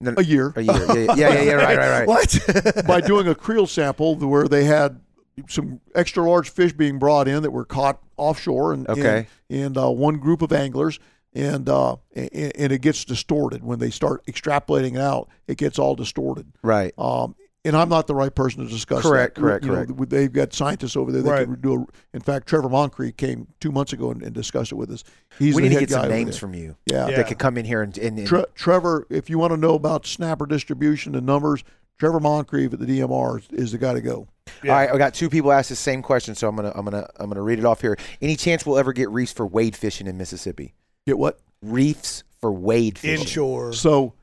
Speaker 1: No,
Speaker 3: a year.
Speaker 1: a year. Yeah, yeah, yeah, yeah, right, right, right.
Speaker 2: What?
Speaker 3: by doing a creel sample th- where they had some extra large fish being brought in that were caught offshore and
Speaker 1: Okay.
Speaker 3: and, and, uh, one group of anglers and, uh, and and it gets distorted when they start extrapolating it out it gets all distorted
Speaker 1: Right.
Speaker 3: um, and I'm not the right person to discuss
Speaker 1: Correct,
Speaker 3: that.
Speaker 1: correct,
Speaker 3: You know,
Speaker 1: correct.
Speaker 3: they've got scientists over there that
Speaker 2: Right.
Speaker 3: could do a, in fact Trevor Moncrief came two months ago and, and discussed it with us he's
Speaker 1: we
Speaker 3: the
Speaker 1: need to
Speaker 3: head
Speaker 1: get some
Speaker 3: guy over
Speaker 1: names
Speaker 3: there.
Speaker 1: from you
Speaker 3: yeah,
Speaker 1: that
Speaker 2: Yeah.
Speaker 1: could come in here and, and, and
Speaker 3: Tre- Trevor, if you want to know about snapper distribution and numbers, Trevor Moncrief at the DMR is, is the guy to go.
Speaker 2: Yeah.
Speaker 1: All right, I got two people asked the same question, so I'm gonna I'm gonna I'm gonna read it off here. Any chance we'll ever get reefs for wade fishing in Mississippi?
Speaker 3: Get what?
Speaker 1: Reefs for wade fishing.
Speaker 2: Inshore.
Speaker 3: So,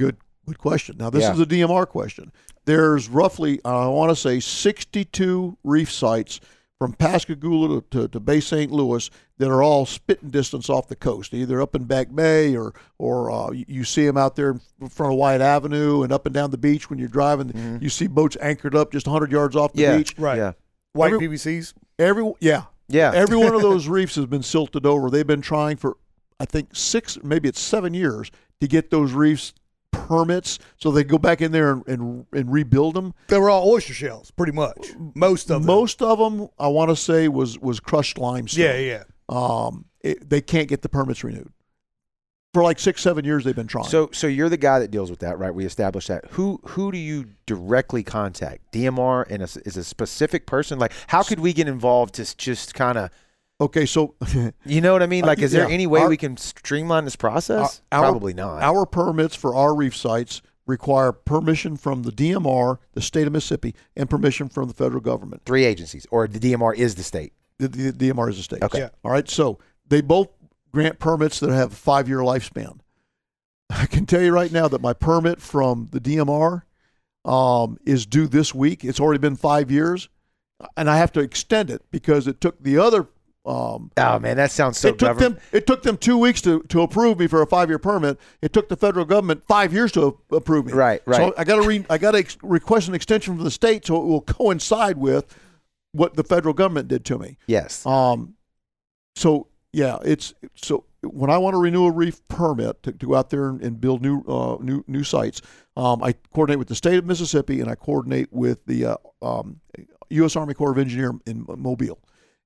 Speaker 3: good, good question. Now, this
Speaker 1: Yeah.
Speaker 3: is a DMR question. There's roughly, uh, I want to say, 62 reef sites from Pascagoula to, to, to Bay St. Louis that are all spitting distance off the coast, either up in Back Bay or or uh, you, you see them out there in front of Wyatt Avenue and up and down the beach when you're driving. You see boats anchored up just 100 yards off the
Speaker 1: Mm-hmm. Yeah.
Speaker 3: beach.
Speaker 2: Right.
Speaker 1: Yeah.
Speaker 2: White
Speaker 3: every-
Speaker 2: PBCs.
Speaker 3: Every yeah,
Speaker 1: Yeah.
Speaker 3: Every one of those reefs has been silted over. They've been trying for, I think, six, maybe it's seven years to get those reefs permits so they go back in there and, and, and rebuild them.
Speaker 2: They were all oyster shells, pretty much. Most of them.
Speaker 3: Most of them, I want to say, was, was crushed limestone.
Speaker 2: Yeah, yeah.
Speaker 3: Um, it, they can't get the permits renewed. For like six, seven years, they've been trying.
Speaker 1: So so you're the guy that deals with that, right? We established that. Who who do you directly contact? DMR and a s is a specific person. Like how could we get involved to s- just kind of
Speaker 3: okay, so
Speaker 1: you know what I mean?
Speaker 3: Uh,
Speaker 1: Like is there
Speaker 3: yeah.
Speaker 1: any way
Speaker 3: Our- Uh,
Speaker 1: we can streamline this process?
Speaker 3: Our- our-
Speaker 1: Probably not.
Speaker 3: Our permits for our reef sites require permission from the DMR, the state of Mississippi, and permission from the federal government.
Speaker 1: Three agencies, or the DMR is the state.
Speaker 3: the, the the DMR is a state.
Speaker 1: Okay.
Speaker 2: Yeah.
Speaker 3: All right. So they both grant permits that have a five year lifespan. I can tell you right now that my permit from the DMR um, is due this week. It's already been five years, and I have to extend it because it took the other. Um,
Speaker 1: Oh man, that sounds so
Speaker 3: it took
Speaker 1: government-
Speaker 3: them. It took them two weeks to, to approve me for a five year permit. It took the federal government five years to a- approve me.
Speaker 1: Right, right.
Speaker 3: So I got to re, I got to ex- request an extension from the state so it will coincide with what the federal government did to me.
Speaker 1: Yes.
Speaker 3: Um, so yeah, it's so when I want to renew a reef permit to, to go out there and, and build new uh, new new sites, um, I coordinate with the state of Mississippi and I coordinate with the uh, um, U.S. Army Corps of Engineer in Mobile,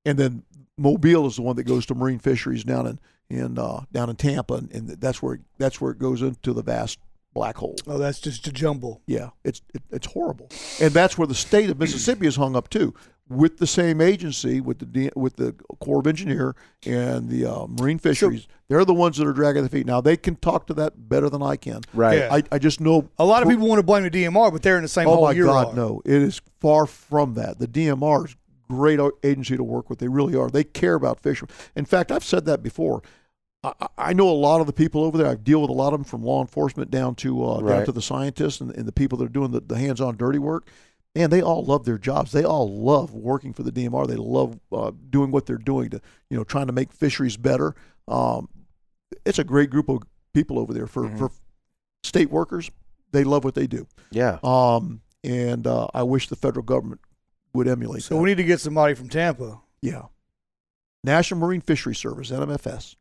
Speaker 3: and then Mobile is the one that goes to Marine Fisheries down in in uh, down in Tampa, and, and that's where that's where it goes into the vast black hole.
Speaker 2: Oh, that's just a jumble.
Speaker 3: Yeah, it's it, it's horrible, and that's where the state of Mississippi is hung up too, with the same agency, with the D- with the Corps of Engineer and the uh, Marine Fisheries. They're the ones that are dragging the feet. Now they can talk to that better than I can.
Speaker 1: right.
Speaker 2: Yeah.
Speaker 3: I, I just know.
Speaker 2: A lot of people want to blame the DMR, but they're in the same
Speaker 3: Oh
Speaker 2: hole
Speaker 3: my
Speaker 2: you
Speaker 3: God,
Speaker 2: are.
Speaker 3: no! It is far from that. The DMR is a great o- agency to work with. They really are. They care about fishermen. In fact, I've said that before. I, I- I know a lot of the people over there. I deal with a lot of them from law enforcement down to uh, down
Speaker 1: Right.
Speaker 3: to the scientists and, and the people that are doing the, the hands-on dirty work. And they all love their jobs. They all love working for the DMR. They love uh, doing what they're doing to you know trying to make fisheries better. Um, it's a great group of people over there for,
Speaker 2: Mm-hmm.
Speaker 3: for state workers. They love what they do.
Speaker 1: Yeah.
Speaker 3: Um, and uh, I wish the federal government would emulate
Speaker 2: So
Speaker 3: that.
Speaker 2: we need to get somebody from Tampa.
Speaker 3: yeah. National Marine Fishery Service, NMFS.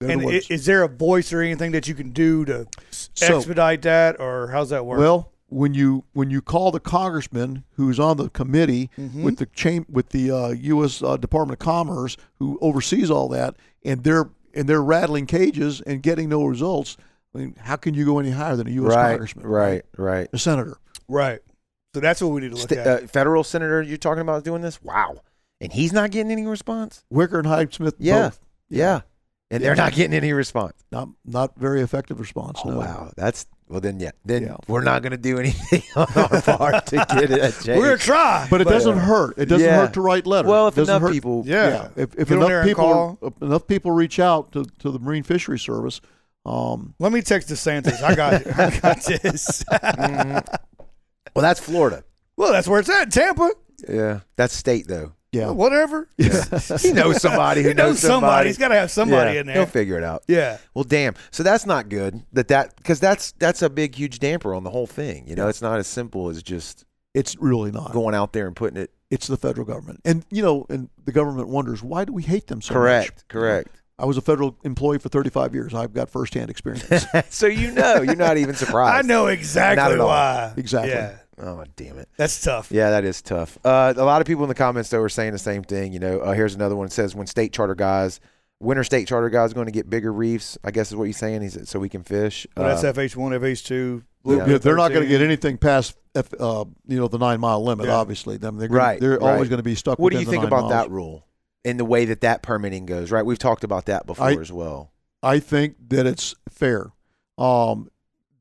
Speaker 3: They're the
Speaker 2: and i-
Speaker 3: ones.
Speaker 2: is there a voice or anything that you can do to s-
Speaker 3: So-
Speaker 2: expedite that, or how's that work?
Speaker 3: Well, when you when you call the congressman who's on the committee
Speaker 2: Mm-hmm.
Speaker 1: Mm-hmm.
Speaker 3: with the chain, with the uh, U.S. Uh, Department of Commerce who oversees all that, and they're and they're rattling cages and getting no results. I mean, how can you go any higher than a U.S.
Speaker 1: right,
Speaker 3: congressman,
Speaker 1: right, right.
Speaker 3: A senator.
Speaker 2: right. So that's what we need to look
Speaker 1: Sta-
Speaker 2: at.
Speaker 1: uh, federal senator, you're talking about doing this? Wow. And he's not getting any response?
Speaker 3: Wicker and Hyde Smith,
Speaker 1: Yeah.
Speaker 3: both.
Speaker 1: Yeah. And they're not getting any response.
Speaker 3: not not very effective response.
Speaker 1: Oh,
Speaker 3: no.
Speaker 1: wow. That's, well, then, yeah. Then
Speaker 3: Yeah.
Speaker 1: we're not going to do anything on our part to get it a change.
Speaker 2: We're a try,
Speaker 3: But it doesn't hurt. It doesn't
Speaker 1: uh, Yeah.
Speaker 3: hurt to write letters.
Speaker 1: Well,
Speaker 3: It
Speaker 1: if
Speaker 3: doesn't
Speaker 1: enough
Speaker 3: hurt-
Speaker 1: people.
Speaker 2: Yeah.
Speaker 3: if, if
Speaker 2: Get on there
Speaker 3: enough
Speaker 2: and
Speaker 3: people
Speaker 2: call.
Speaker 3: if enough people reach out to, to the Marine Fisheries Service, um,
Speaker 2: Let me text DeSantis. I got it. I got this.
Speaker 1: Well, that's Florida.
Speaker 2: well, that's where it's at. Tampa.
Speaker 1: Yeah. That's state, though.
Speaker 3: yeah,
Speaker 2: Whatever.
Speaker 1: he knows somebody who
Speaker 2: You know
Speaker 1: knows somebody.
Speaker 2: somebody. He's got to have somebody
Speaker 1: Yeah,
Speaker 2: in
Speaker 1: He'll
Speaker 2: there.
Speaker 1: figure it out.
Speaker 2: Yeah.
Speaker 1: Well, damn. So that's not good. That that because that's that's a big, huge damper on the whole thing. You know, it's not as simple as just
Speaker 3: it's really not.
Speaker 1: going out there and putting it.
Speaker 3: It's the federal government, and you know, and the government wonders why do we hate them so much.
Speaker 1: correct. Correct.
Speaker 3: I was a federal employee for 35 years. I've got firsthand experience.
Speaker 1: so you know, you're not even
Speaker 2: I
Speaker 1: surprised.
Speaker 2: know
Speaker 1: Not
Speaker 2: exactly
Speaker 1: at all.
Speaker 2: why.
Speaker 3: Exactly.
Speaker 2: Yeah.
Speaker 1: Oh damn it.
Speaker 2: That's tough.
Speaker 1: Yeah, that is tough. Uh, a lot of people in the comments though are saying the same thing. You know, uh, here's another one. It says when state charter guys, when are state charter guys going to get bigger reefs? I guess is what you're saying. He said so we can fish.
Speaker 2: Well, that's
Speaker 1: Uh,
Speaker 2: FH1, FH2.
Speaker 1: Yeah.
Speaker 3: Yeah, they're not going to get anything past F, uh, you know the nine mile limit.
Speaker 2: Yeah.
Speaker 3: Obviously, I mean, they're gonna-
Speaker 1: Right,
Speaker 3: They're
Speaker 1: right.
Speaker 3: always going to be stuck.
Speaker 1: what do you
Speaker 3: within the
Speaker 1: think
Speaker 3: nine
Speaker 1: about
Speaker 3: miles.
Speaker 1: that rule and the way that that permitting goes? Right, we've talked about that before
Speaker 3: I-
Speaker 1: as well.
Speaker 3: I think that it's fair. Um,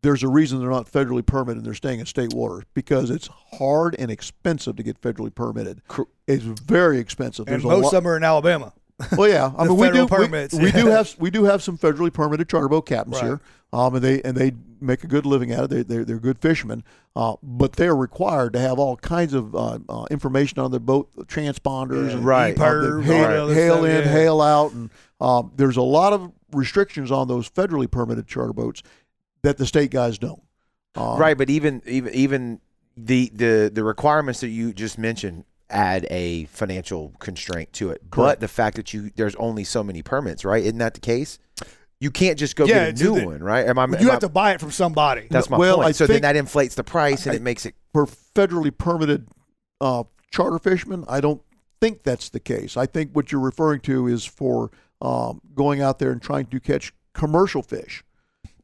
Speaker 3: there's a reason they're not federally permitted and they're staying in state waters because it's hard and expensive to get federally permitted.
Speaker 1: Cor-
Speaker 3: It's very expensive.
Speaker 2: And
Speaker 3: There's
Speaker 2: most
Speaker 3: a
Speaker 2: of
Speaker 3: lot.
Speaker 2: them are in Alabama.
Speaker 3: well, yeah, I
Speaker 2: the
Speaker 3: mean we
Speaker 2: federal
Speaker 3: do we-
Speaker 2: permits,
Speaker 3: we, do
Speaker 2: yeah.
Speaker 3: have we do have some federally permitted charter boat captains
Speaker 2: Right.
Speaker 3: here, um, and they and they make a good living at it. They they're, they're good fishermen, uh, but they're required to have all kinds of uh, uh, information on their boat, transponders, and
Speaker 1: Right.
Speaker 3: uh, the
Speaker 2: Perv, all that
Speaker 3: hail,
Speaker 2: other
Speaker 3: hail
Speaker 2: stuff,
Speaker 3: in,
Speaker 2: yeah.
Speaker 3: hail out, and um, there's a lot of restrictions on those federally permitted charter boats that the state guys don't.
Speaker 2: Uh-huh.
Speaker 3: Um,
Speaker 1: right, but even even even the the the requirements that you just mentioned add a financial constraint to it. But
Speaker 3: Correct.
Speaker 1: the fact that you there's only so many permits, right? Isn't that the case? You can't just go
Speaker 2: Yeah,
Speaker 1: get
Speaker 2: it's-
Speaker 1: a new
Speaker 2: the-
Speaker 1: one, right? Am I, am
Speaker 2: You
Speaker 1: I-
Speaker 2: have to buy it from somebody.
Speaker 1: That's my
Speaker 3: Well,
Speaker 1: point.
Speaker 3: I
Speaker 1: so then
Speaker 3: think-
Speaker 1: that inflates the price and it makes it
Speaker 3: for federally permitted uh, charter fishermen, I don't think that's the case. I think what you're referring to is for um, going out there and trying to catch commercial fish.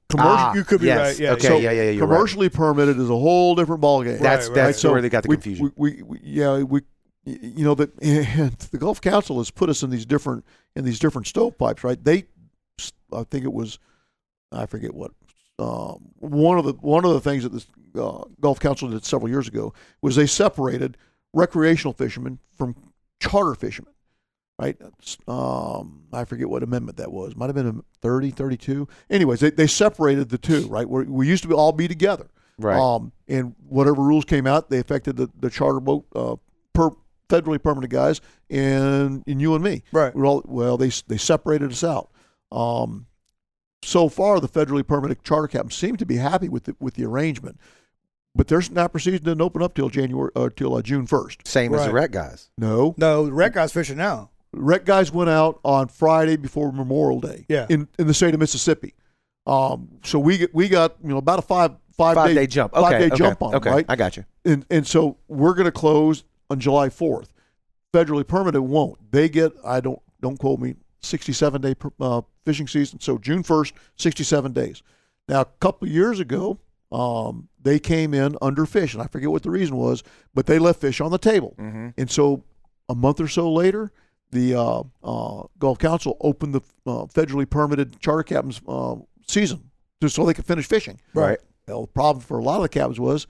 Speaker 3: Commercial,
Speaker 1: Ah,
Speaker 2: you could be
Speaker 1: yes.
Speaker 2: right, yeah.
Speaker 1: Okay.
Speaker 3: so
Speaker 1: yeah. Yeah. Yeah. You're right.
Speaker 3: commercially permitted is a whole different ballgame.
Speaker 1: That's
Speaker 2: Right, right.
Speaker 1: that's
Speaker 3: So
Speaker 1: where they got the
Speaker 3: we-
Speaker 1: confusion.
Speaker 3: We, we, we, yeah, we, y- you know, that the Gulf Council has put us in these different in these different stovepipes, right? They, I think it was, I forget what, um, one of the one of the things that the uh, Gulf Council did several years ago was they separated recreational fishermen from charter fishermen. Right, um, I forget what amendment that was. Might have been 30, 32. Anyways, they, they separated the two. Right, We're, we used to be, all be together.
Speaker 1: right.
Speaker 3: Um, and whatever rules came out, they affected the, the charter boat uh, per federally permanent guys and, and you and me.
Speaker 2: Right.
Speaker 3: We're all, well, they they separated us out. Um, so far, the federally permanent charter captains seem to be happy with the, with the arrangement, but their SNAP procedure didn't open up till January uh, till uh, June first.
Speaker 1: Same as the
Speaker 2: right.
Speaker 1: rec guys.
Speaker 3: No,
Speaker 2: No, the red guy's fishing now.
Speaker 3: Rec guys went out on Friday before Memorial Day.
Speaker 2: Yeah.
Speaker 3: In in the state of Mississippi. Um, so we get, we got you know about a five five
Speaker 1: Five day,
Speaker 3: day,
Speaker 1: jump. Okay.
Speaker 3: five day
Speaker 1: okay.
Speaker 3: jump on
Speaker 1: okay.
Speaker 3: right
Speaker 1: I got you.
Speaker 3: and and so we're going to close on July 4th. Federally permanent won't. They get I don't don't quote me 67 day per- uh, fishing season. So June 1st, 67 days. Now a couple of years ago, um, they came in under fish, and I forget what the reason was, but they left fish on the table. And so a month or so later, the uh, uh, Gulf Council opened the uh, federally permitted charter captains uh, season just so they could finish fishing.
Speaker 1: Right.
Speaker 3: Well, the problem for a lot of the captains was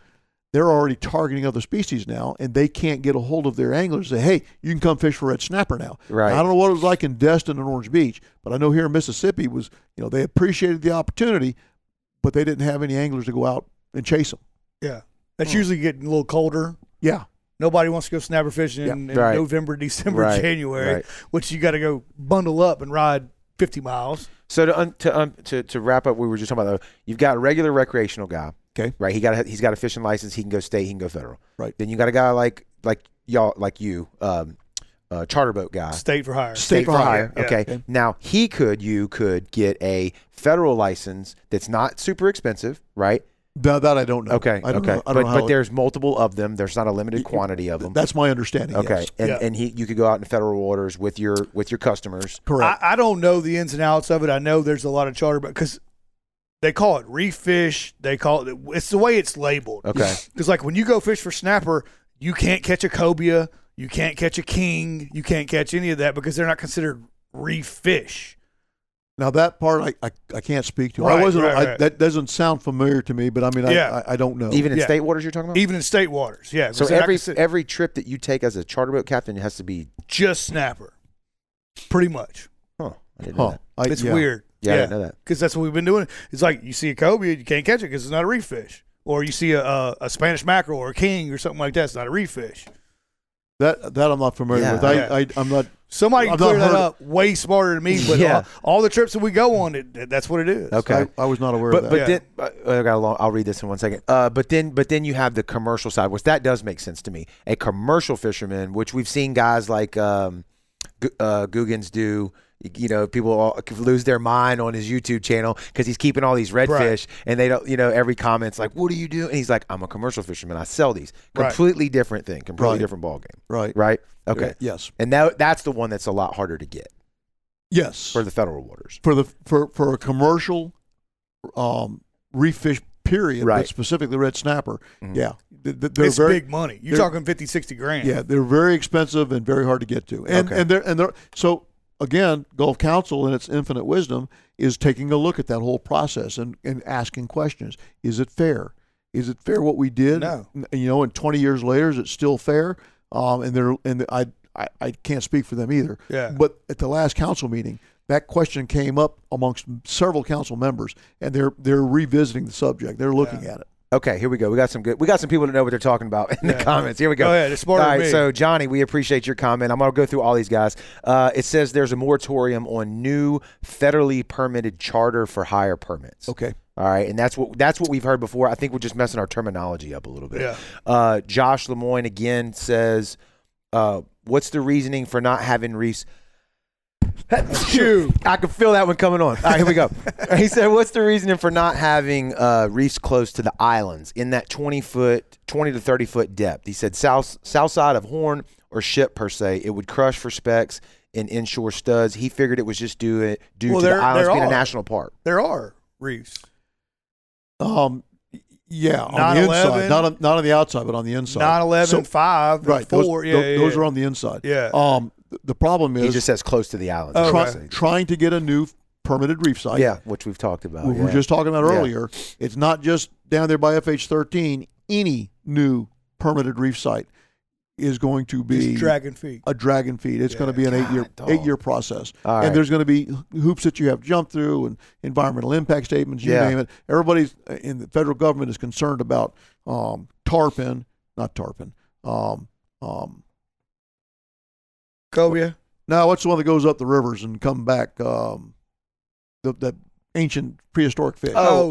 Speaker 3: they're already targeting other species now, and they can't get a hold of their anglers. and Say, hey, you can come fish for red snapper now.
Speaker 1: Right.
Speaker 3: Now, I don't know what it was like in Destin and Orange Beach, but I know here in Mississippi was, you know, they appreciated the opportunity, but they didn't have any anglers to go out and chase them.
Speaker 2: Yeah.
Speaker 1: Hmm.
Speaker 2: That's usually getting a little colder.
Speaker 3: Yeah.
Speaker 2: Nobody wants to go snapper fishing in, in
Speaker 1: Right.
Speaker 2: November, December,
Speaker 1: Right,
Speaker 2: January,
Speaker 1: right.
Speaker 2: which you got to go bundle up and ride 50 miles.
Speaker 1: So to un, to, um, to to wrap up, we were just talking about uh, you've got a regular recreational guy,
Speaker 3: Okay.
Speaker 1: right? He got a, he's got a fishing license. He can go state. He can go federal.
Speaker 3: Right.
Speaker 1: Then you got a guy like like y'all like you, um, uh, charter boat guy.
Speaker 2: State for hire.
Speaker 3: State for hire.
Speaker 2: Yeah.
Speaker 1: Okay. Now he could, you could get a federal license that's not super expensive, right?
Speaker 3: That, that I don't know.
Speaker 1: Okay.
Speaker 3: I don't
Speaker 1: okay.
Speaker 3: Know, I don't
Speaker 1: but
Speaker 3: know how
Speaker 1: but
Speaker 3: it-
Speaker 1: there's multiple of them. There's not a limited quantity of them.
Speaker 3: That's my understanding.
Speaker 1: okay.
Speaker 3: yes.
Speaker 1: And
Speaker 2: Yeah.
Speaker 1: and he you could go out in federal waters with your with your customers.
Speaker 3: Correct.
Speaker 2: I, I don't know the ins and outs of it. I know there's a lot of charter, but because they call it reef fish, they call it. It's the way it's labeled.
Speaker 1: Okay.
Speaker 2: Because like when you go fish for snapper, you can't catch a cobia, you can't catch a king, you can't catch any of that because they're not considered reef fish.
Speaker 3: now that part I, I, I can't speak to.
Speaker 2: Right,
Speaker 3: I wasn't.
Speaker 2: right,
Speaker 3: I,
Speaker 2: right.
Speaker 3: That doesn't sound familiar to me, but I mean, I,
Speaker 2: Yeah.
Speaker 3: I, I don't know.
Speaker 1: Even in
Speaker 2: Oh, Yeah.
Speaker 1: state waters you're talking about?
Speaker 2: Even in state waters, yeah.
Speaker 1: so
Speaker 2: because they're not
Speaker 1: every
Speaker 2: considered-
Speaker 1: every trip that you take as a charter boat captain has to be
Speaker 2: just snapper, pretty much.
Speaker 1: huh. I didn't know
Speaker 3: huh?
Speaker 1: that.
Speaker 3: I-
Speaker 2: It's
Speaker 3: yeah.
Speaker 2: weird.
Speaker 1: Uh, Yeah, I didn't know that.
Speaker 2: because that's what we've been doing. It's like you see a cobia, you can't catch it because it's not a reef fish, or you see a, a, a Spanish mackerel or a king or something like that. It's not a reef fish.
Speaker 3: That that I'm not familiar
Speaker 1: Yeah.
Speaker 3: with. I,
Speaker 2: Yeah.
Speaker 3: I I'm not.
Speaker 2: Somebody can
Speaker 3: I've not
Speaker 2: clear that
Speaker 3: heard of-
Speaker 2: up way smarter than me. But
Speaker 1: Yeah.
Speaker 2: all, all the trips that we go on, it, that- that's what it is.
Speaker 1: Okay.
Speaker 3: I, I was not aware
Speaker 1: But
Speaker 3: of
Speaker 1: but
Speaker 3: that.
Speaker 2: Yeah.
Speaker 1: then uh, I got a long, I'll read this in one second. Uh, but then but then you have the commercial side, which that does make sense to me. A commercial fisherman, which we've seen guys like um, Gu- uh, Googans do. You know, people all could lose their mind on his YouTube channel because he's keeping all these redfish,
Speaker 2: Right.
Speaker 1: and they don't. You know, every comment's like, "What do you do?" And he's like, "I'm a commercial fisherman. I sell these."
Speaker 2: Right.
Speaker 1: Completely different thing. Completely
Speaker 3: Right.
Speaker 1: different ball game.
Speaker 3: right.
Speaker 1: Right. Okay.
Speaker 3: Yes.
Speaker 1: And now that's the one that's a lot harder to get
Speaker 3: Yes.
Speaker 1: for the federal waters.
Speaker 3: for the for for a commercial um reef fish period
Speaker 1: Right.
Speaker 3: but specifically red snapper
Speaker 1: Mhm.
Speaker 3: yeah Th- th- they're
Speaker 2: It's
Speaker 3: very
Speaker 2: big money. You're
Speaker 3: they're-
Speaker 2: talking 50, 60 grand.
Speaker 3: yeah they're very expensive and very hard to get to and
Speaker 1: Okay.
Speaker 3: and they're and they're so again gulf council in its infinite wisdom is taking a look at that whole process and and asking questions is it fair is it fair what we did
Speaker 2: No.
Speaker 3: N- you know and 20 years later is it still fair um and they're and i i, I can't speak for them either
Speaker 2: Yeah.
Speaker 3: but at the last council meeting, that question came up amongst several council members, and they're they're revisiting the subject. They're looking
Speaker 2: Yeah.
Speaker 3: at it.
Speaker 1: Okay, here we go. We got some good. We got some people that know what they're talking about in the
Speaker 2: Yeah.
Speaker 1: comments. Here we go.
Speaker 2: Go ahead. It's smarter
Speaker 1: All
Speaker 2: than
Speaker 1: right,
Speaker 2: me.
Speaker 1: so Johnny, we appreciate your comment. I'm gonna go through all these guys. Uh, it says there's a moratorium on new federally permitted charter for hire permits.
Speaker 3: Okay.
Speaker 1: All right, and that's what that's what we've heard before. I think we're just messing our terminology up a little bit.
Speaker 2: Yeah.
Speaker 1: Uh, Josh Lemoyne again says, uh, "What's the reasoning for not having reefs?"
Speaker 2: Shoot.
Speaker 1: I can feel that one coming on. All right, here we go. he said, "What's the reasoning for not having uh, reefs close to the islands in that twenty foot, twenty to thirty foot depth?" He said, "South south side of Horn or ship per se, it would crush for specs and inshore studs." He figured it was just due it due
Speaker 2: Well,
Speaker 1: to
Speaker 2: there-
Speaker 1: the islands
Speaker 2: there
Speaker 1: being a
Speaker 2: are.
Speaker 1: national park.
Speaker 2: There are reefs.
Speaker 3: Um, y- yeah, on the
Speaker 2: 9/11.
Speaker 3: inside, not on, not on the outside, but on the inside.
Speaker 2: 9, 11,
Speaker 3: So-
Speaker 2: 5,
Speaker 3: right.
Speaker 2: 4.
Speaker 3: Those,
Speaker 2: yeah,
Speaker 3: tho-
Speaker 2: yeah,
Speaker 3: those
Speaker 2: yeah.
Speaker 3: are on the inside.
Speaker 2: Yeah.
Speaker 3: Um, th- the problem
Speaker 1: He
Speaker 3: is
Speaker 1: just says close to the islands.
Speaker 2: Oh,
Speaker 3: try,
Speaker 2: okay.
Speaker 3: trying to get a new permitted reef site.
Speaker 1: Yeah, which we've talked about.
Speaker 3: we were
Speaker 1: yeah.
Speaker 3: just talking about
Speaker 1: Yeah.
Speaker 3: earlier. It's not just down there by FH thirteen. Any new permitted reef site is going to be
Speaker 2: Just dragon feet.
Speaker 3: a dragon feed. It's going to be an eight year
Speaker 1: God, dog.
Speaker 3: eight year process,
Speaker 1: All
Speaker 3: and
Speaker 1: right.
Speaker 3: there's going to be hoops that you have to jump through and environmental impact statements. You
Speaker 1: Yeah.
Speaker 3: name it. Everybody's uh, in the federal government is concerned about um, tarpon, not tarpon. Um, um,
Speaker 2: Cobia.
Speaker 3: now, what's the one that goes up the rivers and come back? Um, the, the ancient prehistoric fish.
Speaker 2: Oh,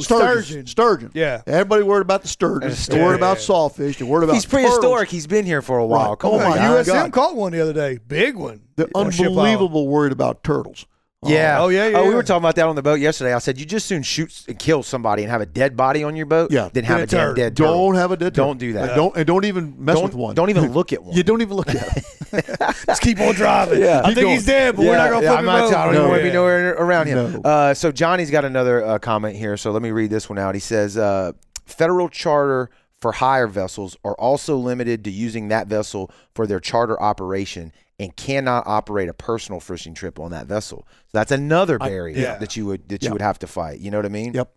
Speaker 2: sturgeon.
Speaker 3: sturgeon. Sturgeon.
Speaker 2: Yeah.
Speaker 3: Everybody worried about the sturgeon.
Speaker 1: There's a
Speaker 3: They're worried about
Speaker 2: sturgeon.
Speaker 3: sawfish. They're worried about
Speaker 1: He's
Speaker 3: turtles.
Speaker 1: prehistoric. He's been here for a while.
Speaker 3: Right.
Speaker 1: Come
Speaker 3: Oh
Speaker 1: on,
Speaker 3: my
Speaker 1: guys.
Speaker 2: USM
Speaker 3: God.
Speaker 2: caught one the other day. Big one.
Speaker 3: They're
Speaker 2: On Ship Island.
Speaker 3: unbelievable worried about turtles. Um,
Speaker 1: Yeah.
Speaker 2: Oh, yeah, yeah,
Speaker 1: Oh, we
Speaker 2: yeah.
Speaker 1: were talking about that on the boat yesterday. I said you just soon shoot and kill somebody and have a dead body on your boat.
Speaker 3: Yeah.
Speaker 1: Than have a
Speaker 2: Than a
Speaker 1: damn
Speaker 2: turd.
Speaker 1: dead.
Speaker 3: Don't
Speaker 1: turtle.
Speaker 3: have a dead.
Speaker 1: Don't
Speaker 3: turtle.
Speaker 1: do that.
Speaker 3: And don't and don't even mess
Speaker 1: Don't-
Speaker 3: with one.
Speaker 1: Don't even look at one.
Speaker 3: You don't even look at it.
Speaker 2: Let's keep on driving.
Speaker 1: Yeah.
Speaker 2: I think
Speaker 3: Keep
Speaker 2: he's dead, but
Speaker 1: yeah,
Speaker 2: we're not going to
Speaker 1: yeah, I'm
Speaker 2: flip him
Speaker 1: not,
Speaker 2: over.
Speaker 1: I don't even want to be nowhere around him.
Speaker 3: No.
Speaker 1: Uh, so Johnny's got another uh, comment here. So let me read this one out. He says, uh, "Federal charter for hire vessels are also limited to using that vessel for their charter operation and cannot operate a personal fishing trip on that vessel." So that's another barrier
Speaker 2: yeah.
Speaker 1: that you would that
Speaker 3: Yeah.
Speaker 1: you would have to fight. You know what I mean?
Speaker 3: Yep.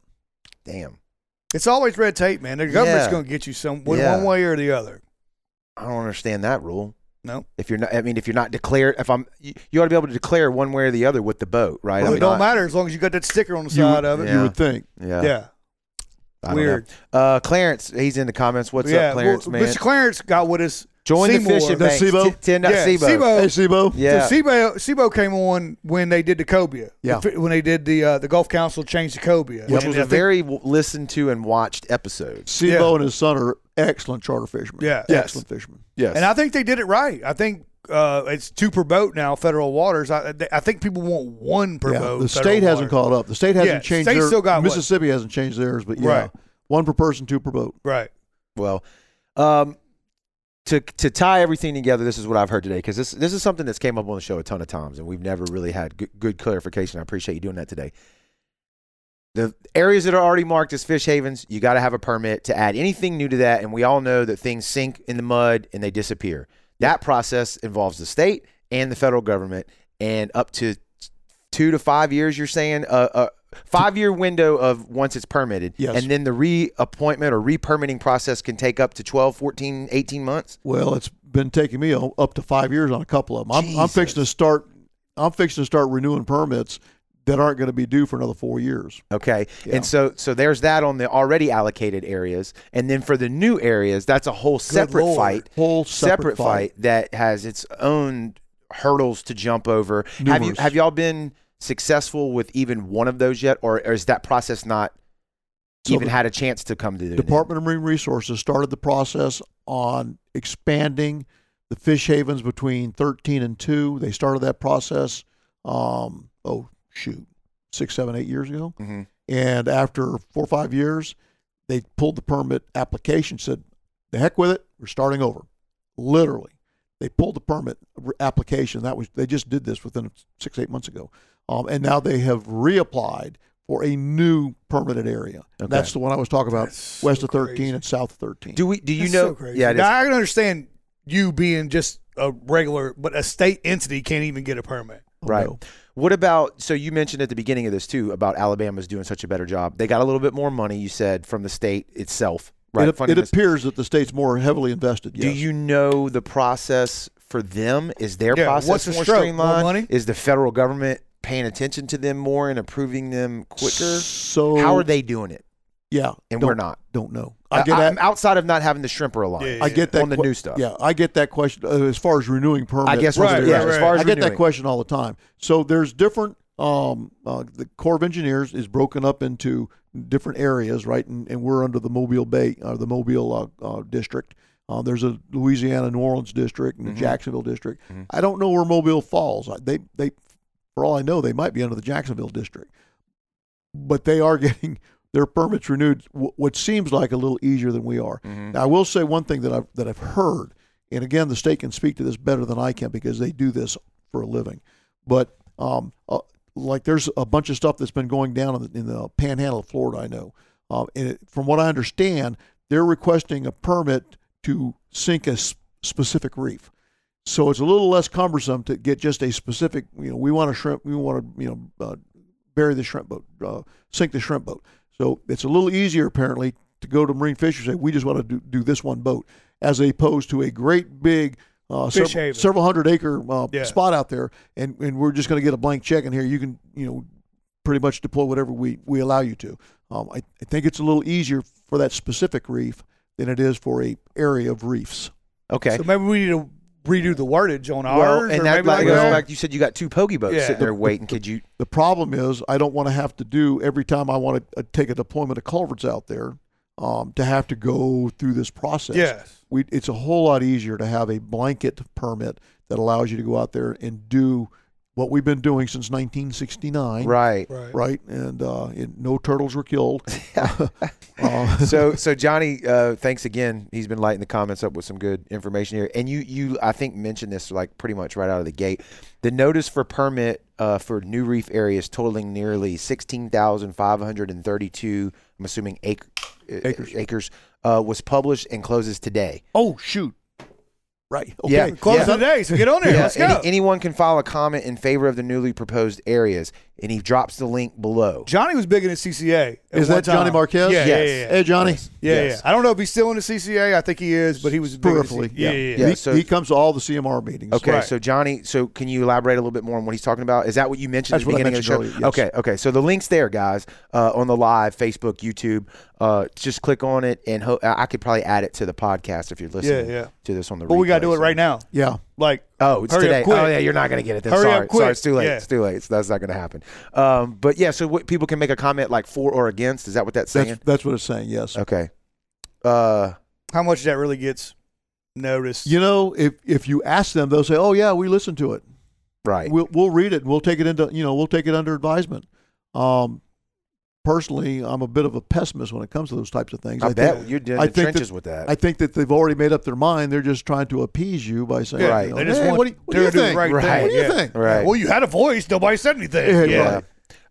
Speaker 1: Damn.
Speaker 2: It's always red tape, man. The government's
Speaker 1: Yeah.
Speaker 2: going to get you some one,
Speaker 1: Yeah.
Speaker 2: one way or the other.
Speaker 1: I don't understand that rule.
Speaker 2: No.
Speaker 1: If you're not, I mean, if you're not declared, if I'm, you, you ought to be able to declare one way or the other with the boat, right?
Speaker 2: Well,
Speaker 1: I
Speaker 2: it
Speaker 1: mean,
Speaker 2: don't
Speaker 1: I-
Speaker 2: matter as long as you got that sticker on the
Speaker 3: You
Speaker 2: side
Speaker 3: would-
Speaker 2: of it.
Speaker 1: Yeah.
Speaker 3: You would think.
Speaker 1: Yeah.
Speaker 2: Yeah.
Speaker 1: I don't know.
Speaker 2: Weird.
Speaker 1: Uh, Clarence, he's in the comments. What's
Speaker 2: yeah.
Speaker 1: up, Clarence,
Speaker 2: well,
Speaker 1: man?
Speaker 2: Mr. Clarence got with us.
Speaker 1: Join
Speaker 2: Seymour.
Speaker 1: the fishing
Speaker 3: the
Speaker 1: banks.
Speaker 3: Sebo?
Speaker 1: T- Ten
Speaker 2: Yeah,
Speaker 1: Sebo.
Speaker 2: Sebo.
Speaker 3: Hey, SIBO.
Speaker 1: Yeah.
Speaker 2: So Sebo, Sebo came on when they did the cobia.
Speaker 3: Yeah.
Speaker 2: The fi- When they did the uh, the Gulf Council changed the cobia.
Speaker 1: Which
Speaker 2: And
Speaker 1: was
Speaker 2: I
Speaker 1: a
Speaker 2: think-
Speaker 1: very w- listened to and watched episode.
Speaker 3: SIBO
Speaker 2: Yeah.
Speaker 3: and his son are excellent charter fishermen.
Speaker 2: Yeah.
Speaker 3: Excellent fishermen.
Speaker 1: Yes.
Speaker 2: And I think they did it right. I think uh, it's two per boat now, federal waters. I, I think people want one per
Speaker 3: Yeah,
Speaker 2: boat.
Speaker 3: the
Speaker 2: federal
Speaker 3: state hasn't
Speaker 2: water.
Speaker 3: caught up. The state hasn't
Speaker 2: Yeah,
Speaker 3: changed.
Speaker 2: state's
Speaker 3: their,
Speaker 2: still got what?
Speaker 3: Mississippi hasn't changed theirs, but yeah,
Speaker 2: Right.
Speaker 3: one per person, two per boat.
Speaker 2: Right.
Speaker 1: Well, um, to to tie everything together, this is what I've heard today because this this is something that's came up on the show a ton of times, and we've never really had good, good clarification. I appreciate you doing that today. The areas that are already marked as fish havens, you got to have a permit to add anything new to that, and we all know that things sink in the mud and they disappear. That process involves the state and the federal government, and up to two to five years. You're saying a, a five year window of once it's permitted,
Speaker 3: Yes.
Speaker 1: and then the reappointment or re-permitting process can take up to 12, 14, 18 months.
Speaker 3: Well, it's been taking me o- up to five years on a couple of them. I'm, I'm fixing to start. I'm fixing to start renewing permits that aren't going to be due for another four years.
Speaker 1: Okay, and so so there's that on the already allocated areas, and then for the new areas, that's a whole separate
Speaker 2: Lord.
Speaker 1: fight,
Speaker 3: Whole separate
Speaker 1: fight that has its own hurdles to jump over. Have you
Speaker 3: Numerous.
Speaker 1: have y'all been successful with even one of those yet, or, or is that process not
Speaker 3: So
Speaker 1: even
Speaker 3: the
Speaker 1: had a chance to come to the
Speaker 3: Department of Marine Resources started the process on expanding the fish havens between 13 and 2. They started that process, um, oh, shoot, six, seven, eight years ago.
Speaker 1: Mhm.
Speaker 3: And after four or five years, they pulled the permit application, said, the heck with it, we're starting over. Literally. They pulled the permit re- application. That was they just did this within six eight months ago, um, and now they have reapplied for a new permitted area.
Speaker 1: Okay.
Speaker 3: That's the one I was talking about,
Speaker 2: That's so
Speaker 3: west of thirteen
Speaker 2: crazy.
Speaker 3: and south of thirteen.
Speaker 1: Do we? Do you
Speaker 2: That's
Speaker 1: know?
Speaker 2: so crazy.
Speaker 1: Yeah, it is.
Speaker 2: Now, I can understand you being just a regular, but a state entity can't even get a permit.
Speaker 3: Oh,
Speaker 1: Right.
Speaker 3: no.
Speaker 1: What about so you mentioned at the beginning of this too about Alabama's doing such a better job. They got a little bit more money, you said, from the state itself, right?
Speaker 3: It,
Speaker 1: Funding
Speaker 3: it
Speaker 1: this.
Speaker 3: appears that the state's more heavily invested.
Speaker 1: Do
Speaker 3: yes.
Speaker 1: you know the process for them? Is their
Speaker 2: Yeah,
Speaker 1: process
Speaker 2: what's the
Speaker 1: more
Speaker 2: stroke? More
Speaker 1: streamlined?
Speaker 2: money?
Speaker 1: Is the federal government paying attention to them more and approving them quicker?
Speaker 3: So
Speaker 1: How are they doing it?
Speaker 3: Yeah,
Speaker 1: And
Speaker 3: don't-
Speaker 1: we're not.
Speaker 3: Don't know.
Speaker 1: I
Speaker 3: I get
Speaker 1: am
Speaker 3: that.
Speaker 1: outside of not having the shrimper line.
Speaker 2: Yeah,
Speaker 3: I get that
Speaker 1: on the
Speaker 3: que-
Speaker 1: new stuff.
Speaker 3: Yeah, I get that question uh, as far as renewing permits.
Speaker 1: I guess
Speaker 2: Right,
Speaker 1: we'll do
Speaker 2: right,
Speaker 1: that. as
Speaker 2: right.
Speaker 1: far as
Speaker 3: I get
Speaker 1: renewing.
Speaker 3: that question all the time. So there's different. Um, uh, the Corps of Engineers is broken up into different areas, right? And, and we're under the Mobile Bay, uh, the Mobile uh, uh, district. Uh, there's a Louisiana, New Orleans district, and a Jacksonville district. I don't know where Mobile falls. I- They, they, for all I know, they might be under the Jacksonville district, but they are getting their permits renewed. wh- What seems like a little easier than we are. Now, I will say one thing that I've that I've heard, and again, the state can speak to this better than I can because they do this for a living. But um, uh, like, there's a bunch of stuff that's been going down in the, in the Panhandle of Florida. I know, um, and it, from what I understand, they're requesting a permit to sink a s- specific reef. So it's a little less cumbersome to get just a specific. You know, we want a shrimp. We want to you know uh, bury the shrimp boat, uh, sink the shrimp boat. So it's a little easier apparently to go to Marine Fisheries and say we just want to do, do this one boat, as opposed to a great big uh,
Speaker 2: Fish
Speaker 3: several,
Speaker 2: haven.
Speaker 3: several hundred acre uh,
Speaker 2: Yeah.
Speaker 3: spot out there, and, and we're just going to get a blank check in here. You can you know pretty much deploy whatever we, we allow you to. Um, I, I think it's a little easier for that specific reef than it is for a area of reefs.
Speaker 1: Okay.
Speaker 2: So maybe we need to redo the wordage on
Speaker 1: well,
Speaker 2: ours,
Speaker 1: and
Speaker 2: or
Speaker 1: that
Speaker 2: maybe like
Speaker 1: goes
Speaker 2: that.
Speaker 1: back. You said you got two pokey boats
Speaker 2: Yeah.
Speaker 1: sitting there waiting. Could you?
Speaker 3: The problem is, I don't want to have to do every time I want to uh, take a deployment of culverts out there um, to have to go through this process.
Speaker 2: Yes.
Speaker 3: We, it's a whole lot easier to have a blanket permit that allows you to go out there and do what we've been doing since 1969.
Speaker 1: Right.
Speaker 2: Right.
Speaker 3: Right. And, uh, and no turtles were killed. Uh,
Speaker 1: so so Johnny, uh, thanks again. He's been lighting the comments up with some good information here. And you you I think mentioned this like pretty much right out of the gate. The notice for permit uh, for new reef areas totaling nearly sixteen thousand five hundred and thirty-two. I'm assuming ac- acres acres uh, was published and closes today.
Speaker 3: oh, shoot. Right. Okay.
Speaker 1: Yeah.
Speaker 2: Close
Speaker 1: Yeah.
Speaker 2: today, so get on there. Let's go.
Speaker 1: any- anyone can file a comment in favor of the newly proposed areas, and he drops the link below.
Speaker 2: Johnny was big in the CCA. at
Speaker 3: Is
Speaker 2: one
Speaker 3: that Johnny
Speaker 2: time.
Speaker 3: Marquez?
Speaker 2: Yeah,
Speaker 1: Yes.
Speaker 2: yeah, yeah.
Speaker 3: Hey, Johnny.
Speaker 2: Yeah,
Speaker 1: Yes.
Speaker 2: yeah. I don't know if he's still in the CCA. I think he is, but he was big in the
Speaker 3: Peripherally.
Speaker 2: C- Yeah, yeah, yeah.
Speaker 1: Yeah,
Speaker 3: He,
Speaker 1: so-
Speaker 3: he comes to all the CMR meetings.
Speaker 1: Okay,
Speaker 2: Right.
Speaker 1: so Johnny, so can you elaborate a little bit more on what he's talking about? Is that what you mentioned
Speaker 3: That's
Speaker 1: at the
Speaker 3: what I
Speaker 1: beginning of the show?
Speaker 3: mentioned earlier, yes.
Speaker 1: Okay, okay. So the link's there, guys, uh, on the live Facebook, YouTube. Uh, just click on it, and ho- I I could probably add it to the podcast if you're listening
Speaker 2: yeah.
Speaker 1: to this on the.
Speaker 2: But we got to do
Speaker 1: replay,
Speaker 2: it right now.
Speaker 3: Yeah.
Speaker 2: Like,
Speaker 1: Oh, it's
Speaker 2: Hurry up
Speaker 1: today.
Speaker 2: quick.
Speaker 1: Oh, yeah, you're not going to get it. Then.
Speaker 2: Hurry up
Speaker 1: sorry.
Speaker 2: quick.
Speaker 1: Sorry, it's too late.
Speaker 2: Yeah.
Speaker 1: It's too late. It's, that's not going to happen. Um, but yeah, so what, people can make a comment like for or against. Is that what that's saying?
Speaker 3: That's, that's what it's saying. Yes.
Speaker 1: okay. Uh,
Speaker 2: how much that really gets? notice.
Speaker 3: You know, if if you ask them, they'll say, "Oh yeah, we listen to it.
Speaker 1: Right.
Speaker 3: We'll we'll read it and we'll take it into you know we'll take it under advisement." Um, personally, I'm a bit of a pessimist when it comes to those types of things.
Speaker 1: I,
Speaker 3: think-
Speaker 1: bet you're in
Speaker 3: I
Speaker 1: the
Speaker 3: think that-
Speaker 1: trenches with that.
Speaker 3: I think that they've already made up their mind. They're just trying to appease you by saying,
Speaker 1: Right.
Speaker 3: you know,
Speaker 2: They just
Speaker 3: "Hey,
Speaker 2: want
Speaker 3: what do you, what do
Speaker 2: they're
Speaker 3: you
Speaker 2: doing
Speaker 3: think?
Speaker 2: right
Speaker 3: What
Speaker 1: thing.
Speaker 3: do you
Speaker 2: Yeah.
Speaker 3: think?
Speaker 1: right.
Speaker 2: Well, you had a voice. Nobody said anything.
Speaker 3: Yeah,
Speaker 1: yeah.
Speaker 3: right.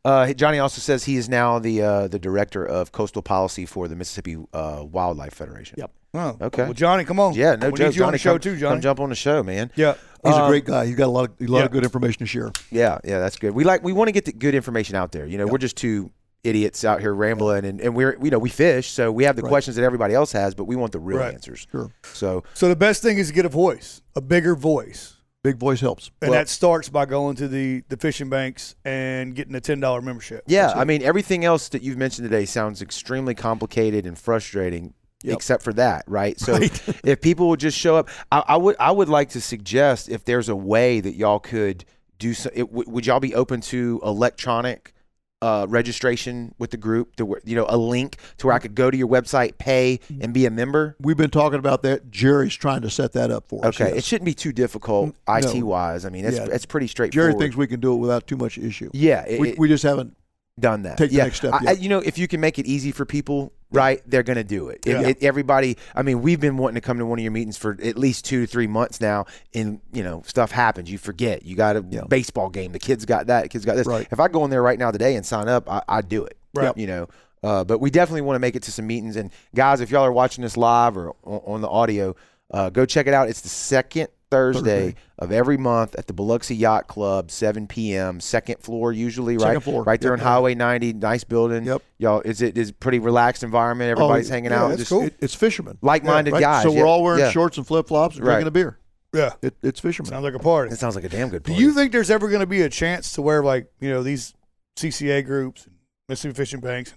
Speaker 1: Uh, Johnny also says he is now the uh, the director of coastal policy for the Mississippi uh, Wildlife Federation.
Speaker 3: Yep.
Speaker 2: Oh,
Speaker 1: Okay.
Speaker 2: Well, Johnny, come on.
Speaker 1: Yeah, no
Speaker 2: we
Speaker 1: joke.
Speaker 2: Need you
Speaker 1: Johnny,
Speaker 2: on the show
Speaker 1: come,
Speaker 2: too,
Speaker 1: come
Speaker 2: Johnny.
Speaker 1: jump on the show, man.
Speaker 2: Yeah.
Speaker 3: He's
Speaker 1: Um,
Speaker 3: a great guy. He's got a lot of a lot of
Speaker 2: yeah.
Speaker 3: good information to share.
Speaker 1: Yeah, yeah, that's good. We like we want to get the good information out there. You know, we're just two idiots out here rambling, and, and we're you know we fish, so we have the
Speaker 3: Right.
Speaker 1: questions that everybody else has, but we want the real
Speaker 2: Right.
Speaker 1: answers.
Speaker 3: Sure.
Speaker 1: So
Speaker 2: So the best thing is to get a voice, a bigger voice,
Speaker 3: Big voice helps.
Speaker 2: and
Speaker 1: Well-
Speaker 2: that starts by going to the the fishing banks and getting a ten dollar membership.
Speaker 1: yeah, I mean everything else that you've mentioned today sounds extremely complicated and frustrating.
Speaker 3: Yep.
Speaker 1: Except for that, right? So, if people would just show up, I, I would. I would like to suggest if there's a way that y'all could do so. It, would would y'all be open to electronic uh, registration with the group? To where, you know, a link to where I could go to your website, pay, and be a member.
Speaker 3: We've been talking about that. Jerry's trying to set that up for us.
Speaker 1: Okay,
Speaker 3: yes.
Speaker 1: it shouldn't be too difficult IT wise. I mean, that's
Speaker 3: Yeah.
Speaker 1: that's pretty straightforward.
Speaker 3: Jerry thinks we can do it without too much issue.
Speaker 1: yeah, it,
Speaker 3: we,
Speaker 1: it-
Speaker 3: we just haven't.
Speaker 1: done that.
Speaker 3: take the
Speaker 1: yeah.
Speaker 3: next step,
Speaker 1: I- I-
Speaker 3: yeah.
Speaker 1: you know, if you can make it easy for people, right, they're going to do it. It-
Speaker 2: Yeah.
Speaker 1: it- Everybody, I mean, we've been wanting to come to one of your meetings for at least two to three months now, and you know, stuff happens. You forget. You got a
Speaker 3: Yeah.
Speaker 1: baseball game. The kids got that. The kids got this.
Speaker 3: Right.
Speaker 1: If I go in there right now today and sign up, I, I do it.
Speaker 2: Right.
Speaker 1: You know. Uh, but we definitely want to make it to some meetings. And guys, if y'all are watching this live or on, on the audio, uh, go check it out. It's the second Thursday, of every month at the Biloxi Yacht Club, 7 p.m. Second floor usually, right?
Speaker 3: Second floor.
Speaker 1: Right there
Speaker 3: Yep.
Speaker 1: on Highway 90, nice building.
Speaker 3: Yep.
Speaker 1: Y'all, is it is pretty relaxed environment. Everybody's hanging
Speaker 3: yeah,
Speaker 1: out.
Speaker 3: It's,
Speaker 1: just
Speaker 3: cool. It- it's fishermen,
Speaker 1: Like-minded
Speaker 3: Yeah, right?
Speaker 1: guys,
Speaker 3: So we're
Speaker 1: yeah,
Speaker 3: all wearing
Speaker 1: yeah.
Speaker 3: shorts and flip flops and
Speaker 1: Right.
Speaker 3: drinking a beer.
Speaker 2: Yeah.
Speaker 3: It, it's fishermen.
Speaker 2: Sounds like a party.
Speaker 1: That sounds like a damn good
Speaker 2: Do
Speaker 1: place.
Speaker 2: you think there's ever going to be a chance to where like you know these CCA groups, Mississippi fishing banks,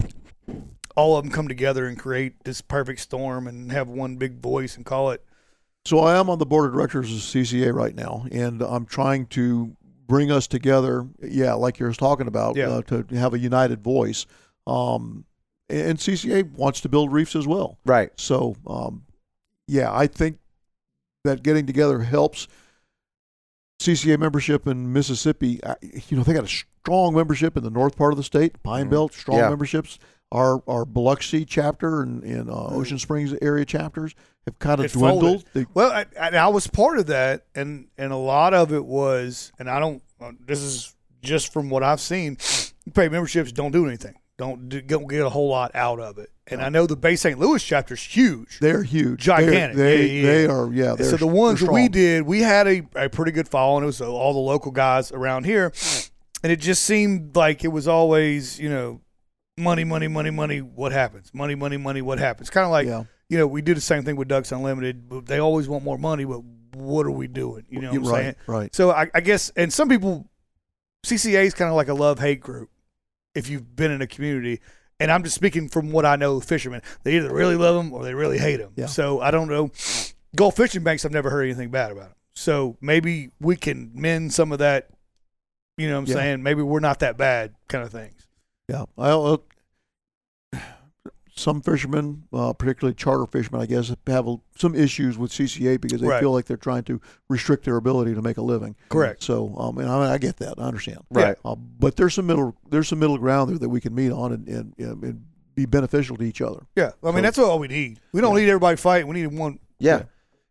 Speaker 2: all of them come together and create this perfect storm and have one big voice and call it
Speaker 3: So I am on the board of directors of CCA right now, and I'm trying to bring us together. Yeah, like you're talking about,
Speaker 2: Yeah.
Speaker 3: uh, to have a united voice. Um, and CCA wants to build reefs as well.
Speaker 1: right.
Speaker 3: So, um, yeah, I think that getting together helps. CCA membership in Mississippi, I- you know, they got a strong membership in the north part of the state, Pine
Speaker 2: Mm-hmm.
Speaker 1: Mhm.
Speaker 3: Belt, strong
Speaker 1: Yeah.
Speaker 3: memberships. Our our Biloxi chapter and, and uh, Ocean Springs area chapters have kind of
Speaker 2: Mm-hmm. It folded.
Speaker 3: dwindled. They-
Speaker 2: Well, I, I, I was part of that, and and a lot of it was, and I don't. uh, This is just from what I've seen. You pay memberships, don't do anything. Don't do, don't get a whole lot out of it. And I know the Bay St. Louis chapter's huge.
Speaker 3: They're huge,
Speaker 2: Gigantic.
Speaker 3: They're, they
Speaker 2: Yeah, yeah,
Speaker 3: they
Speaker 2: yeah.
Speaker 3: are yeah. They're,
Speaker 2: so the ones
Speaker 3: they're
Speaker 2: that we
Speaker 3: strong.
Speaker 2: did, we had a, a pretty good following. It was all the local guys around here, and it just seemed like it was always you know, money, money, money, money. What happens? Money, money, money. What happens? Kind of like
Speaker 3: yeah.
Speaker 2: you know, we do the same thing with Ducks Unlimited. But they always want more money, but what are we doing? You know what I'm
Speaker 3: right,
Speaker 2: saying?
Speaker 3: right.
Speaker 2: So I, I guess, and some people, CCA is kind of like a love hate group. If you've been in a community, and I'm just speaking from what I know, of fishermen, they either really love them or they really hate them.
Speaker 3: Yeah.
Speaker 2: So I don't know. Gulf fishing banks, I've never heard anything bad about them. So maybe we can mend some of that. You know what I'm
Speaker 3: Yeah.
Speaker 2: saying? Maybe we're not that bad, kind of things.
Speaker 3: Yeah, I uh, some fishermen, uh, particularly charter fishermen, I guess, have a, some issues with CCA because they
Speaker 2: Right.
Speaker 3: feel like they're trying to restrict their ability to make a living.
Speaker 2: Correct.
Speaker 3: So, um, and I, I get that, I understand.
Speaker 1: Right.
Speaker 3: Uh, but there's some middle there's some middle ground there that we can meet on and and, and, and be beneficial to each other.
Speaker 2: Yeah. I mean,
Speaker 3: So-
Speaker 2: that's all we need. We don't need everybody fighting. We need one.
Speaker 1: Yeah.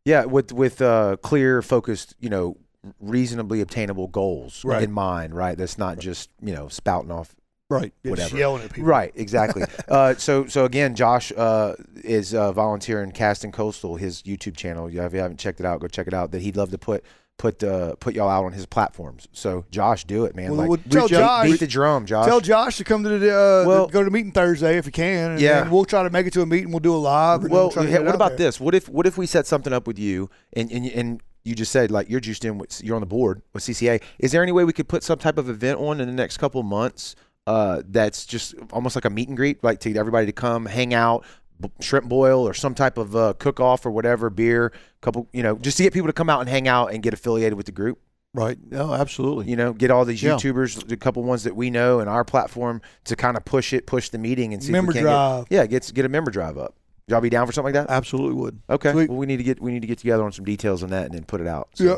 Speaker 1: yeah. with with uh, clear, focused, you know, reasonably obtainable goals
Speaker 2: Right.
Speaker 1: in mind, right? That's not just, you know, spouting off
Speaker 3: Right.
Speaker 2: Just
Speaker 1: whatever.
Speaker 2: yelling at people.
Speaker 1: Right, exactly. uh, so, so again, Josh uh, is uh, volunteering Casting Coastal, his YouTube channel. Yeah, If you haven't checked it out, go check it out. That he'd love to put put uh, put y'all out on his platforms. So, Josh, do it, man.
Speaker 2: Well,
Speaker 1: like,
Speaker 2: well, tell
Speaker 1: beat- beat,
Speaker 2: Josh-
Speaker 1: beat the drum, Josh.
Speaker 2: Tell Josh to come to the uh,
Speaker 1: Well-
Speaker 2: go to the meeting Thursday if he can. And
Speaker 1: Yeah.
Speaker 2: then we'll try to make it to a meeting. We'll do a live. and
Speaker 1: well,
Speaker 2: we'll try to
Speaker 1: hey,
Speaker 2: get it
Speaker 1: what
Speaker 2: out
Speaker 1: about
Speaker 2: there.
Speaker 1: this? What if what if we set something up with you and and and you just said like you're juiced in with you're on the board with CCA. Is there any way we could put some type of event on in the next couple of months? Uh, that's just almost like a meet and greet, like to get everybody to come hang out, b- shrimp boil or some type of uh, cook off or whatever, beer, couple, you know, just to get people to come out and hang out and get affiliated with the group.
Speaker 3: Right. No, absolutely.
Speaker 1: You know, get all these
Speaker 3: Yeah.
Speaker 1: YouTubers, a couple ones that we know, and our platform to kind of push it, push the meeting, and see
Speaker 2: Member
Speaker 1: if we can
Speaker 2: drive.
Speaker 1: Get, yeah, get get a member drive up. Y'all be down for something like that?
Speaker 3: Absolutely would.
Speaker 1: Okay.
Speaker 3: Sweet.
Speaker 1: Well, we need to get we need to get together on some details on that and then put it out. So-
Speaker 2: Yeah.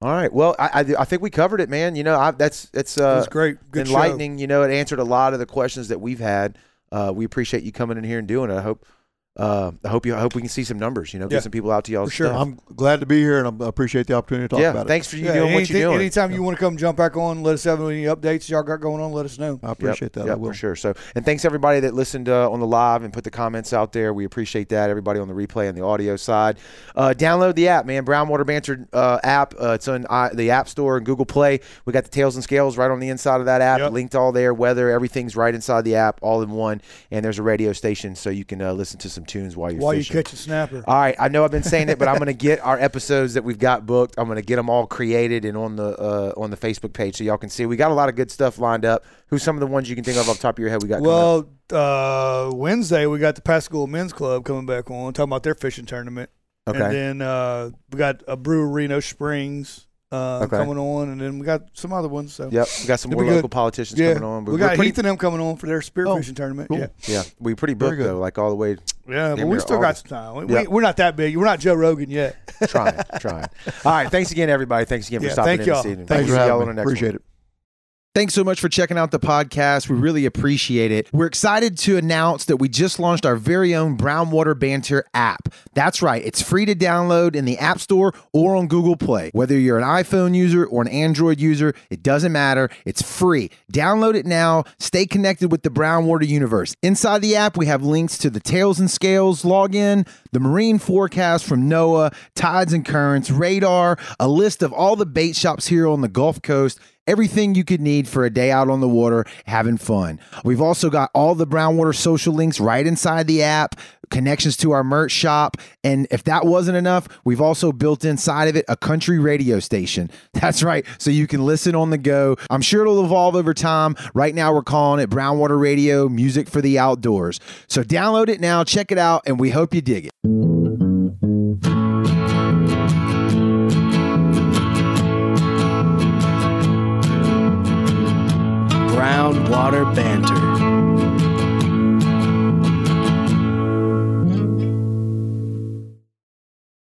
Speaker 1: All right. Well, I, I I think we covered it, man. You know, I, that's that's uh
Speaker 2: That's great. Good show.
Speaker 1: enlightening. You know, it answered a lot of the questions that we've had. Uh, we appreciate you coming in here and doing it. I hope uh, I hope you I hope we can see some numbers. You know,
Speaker 2: Yeah.
Speaker 1: get some people out to y'all.
Speaker 2: For sure.
Speaker 1: Stuff.
Speaker 3: I'm glad to be here, and I'm- I appreciate the opportunity to talk
Speaker 1: yeah.
Speaker 3: about
Speaker 1: Thanks for you
Speaker 2: Yeah,
Speaker 1: doing what
Speaker 2: anything-
Speaker 1: you're doing.
Speaker 2: Anytime you want to come jump back on, let us have any updates y'all got going on, let us know.
Speaker 3: it. I
Speaker 1: Yep,
Speaker 3: appreciate that. I
Speaker 1: yep,
Speaker 3: will.
Speaker 1: for sure. So, and thanks everybody that listened uh, on the live and put the comments out there. We appreciate that. Everybody on the replay and the audio side, uh, download the app, man. Brownwater Banter uh, app. Uh, it's on I, the App Store and Google Play. We got the tails and scales right on the inside of that app.
Speaker 2: Yep.
Speaker 1: Linked all there. Weather, everything's right inside the app, all in one. And there's a radio station, so you can uh, listen to some tunes while you're
Speaker 2: While you
Speaker 1: fishing.
Speaker 2: catch a snapper.
Speaker 1: All right, I know I've been saying it, but I'm going to get our episodes that we've got booked. I'm going to get them all created and on the uh, on the Facebook page so y'all can see. We got a lot of good stuff lined up. Who's some of the ones you can think of off the top of your head? We got coming up?
Speaker 2: Well, uh, Wednesday we got the Pascagoula Men's Club coming back on, talking about their fishing tournament.
Speaker 1: okay.
Speaker 2: And then uh, we got a brewery, Reno Springs, uh,
Speaker 1: Okay.
Speaker 2: coming on, and then we got some other ones. So
Speaker 1: yep, we got some
Speaker 2: it'll
Speaker 1: more
Speaker 2: be good.
Speaker 1: local politicians
Speaker 2: yeah,
Speaker 1: coming on.
Speaker 2: we
Speaker 1: we're
Speaker 2: got
Speaker 1: pretty,
Speaker 2: Heath and them coming on for their spear
Speaker 3: Oh,
Speaker 2: fishing tournament.
Speaker 3: cool.
Speaker 2: Yeah,
Speaker 1: yeah, we pretty booked
Speaker 3: good.
Speaker 1: though, like all the way
Speaker 2: yeah, but
Speaker 1: near
Speaker 2: we still
Speaker 1: August.
Speaker 2: got some time. We,
Speaker 1: Yeah.
Speaker 2: we, we're not that big. We're not Joe Rogan yet.
Speaker 1: trying, trying. All right, thanks again, everybody. Thanks again for
Speaker 2: Yeah,
Speaker 1: stopping
Speaker 2: thank
Speaker 1: in
Speaker 2: y'all.
Speaker 1: this evening.
Speaker 3: Thanks
Speaker 1: We'll
Speaker 3: for
Speaker 1: see y'all
Speaker 3: having
Speaker 1: on the next
Speaker 3: me.
Speaker 1: one.
Speaker 3: Appreciate it.
Speaker 1: Thanks so much for checking out the podcast. We really appreciate it. We're excited to announce that we just launched our very own Brownwater Banter app. That's right, it's free to download in the App Store or on Google Play. Whether you're an iPhone user or an Android user, it doesn't matter. It's free. Download it now. Stay connected with the Brownwater universe. Inside the app, we have links to the Tails and Scales login, the marine forecast from NOAA, tides and currents, radar, a list of all the bait shops here on the Gulf Coast everything you could need for a day out on the water having fun. We've also got all the Brownwater social links right inside the app, connections to our merch shop. And if that wasn't enough, we've also built inside of it a country radio station. That's right. So you can listen on the go. I'm sure it'll evolve over time. Right now, we're calling it Brownwater Radio Music for the Outdoors. So download it now, check it out, and we hope you dig it.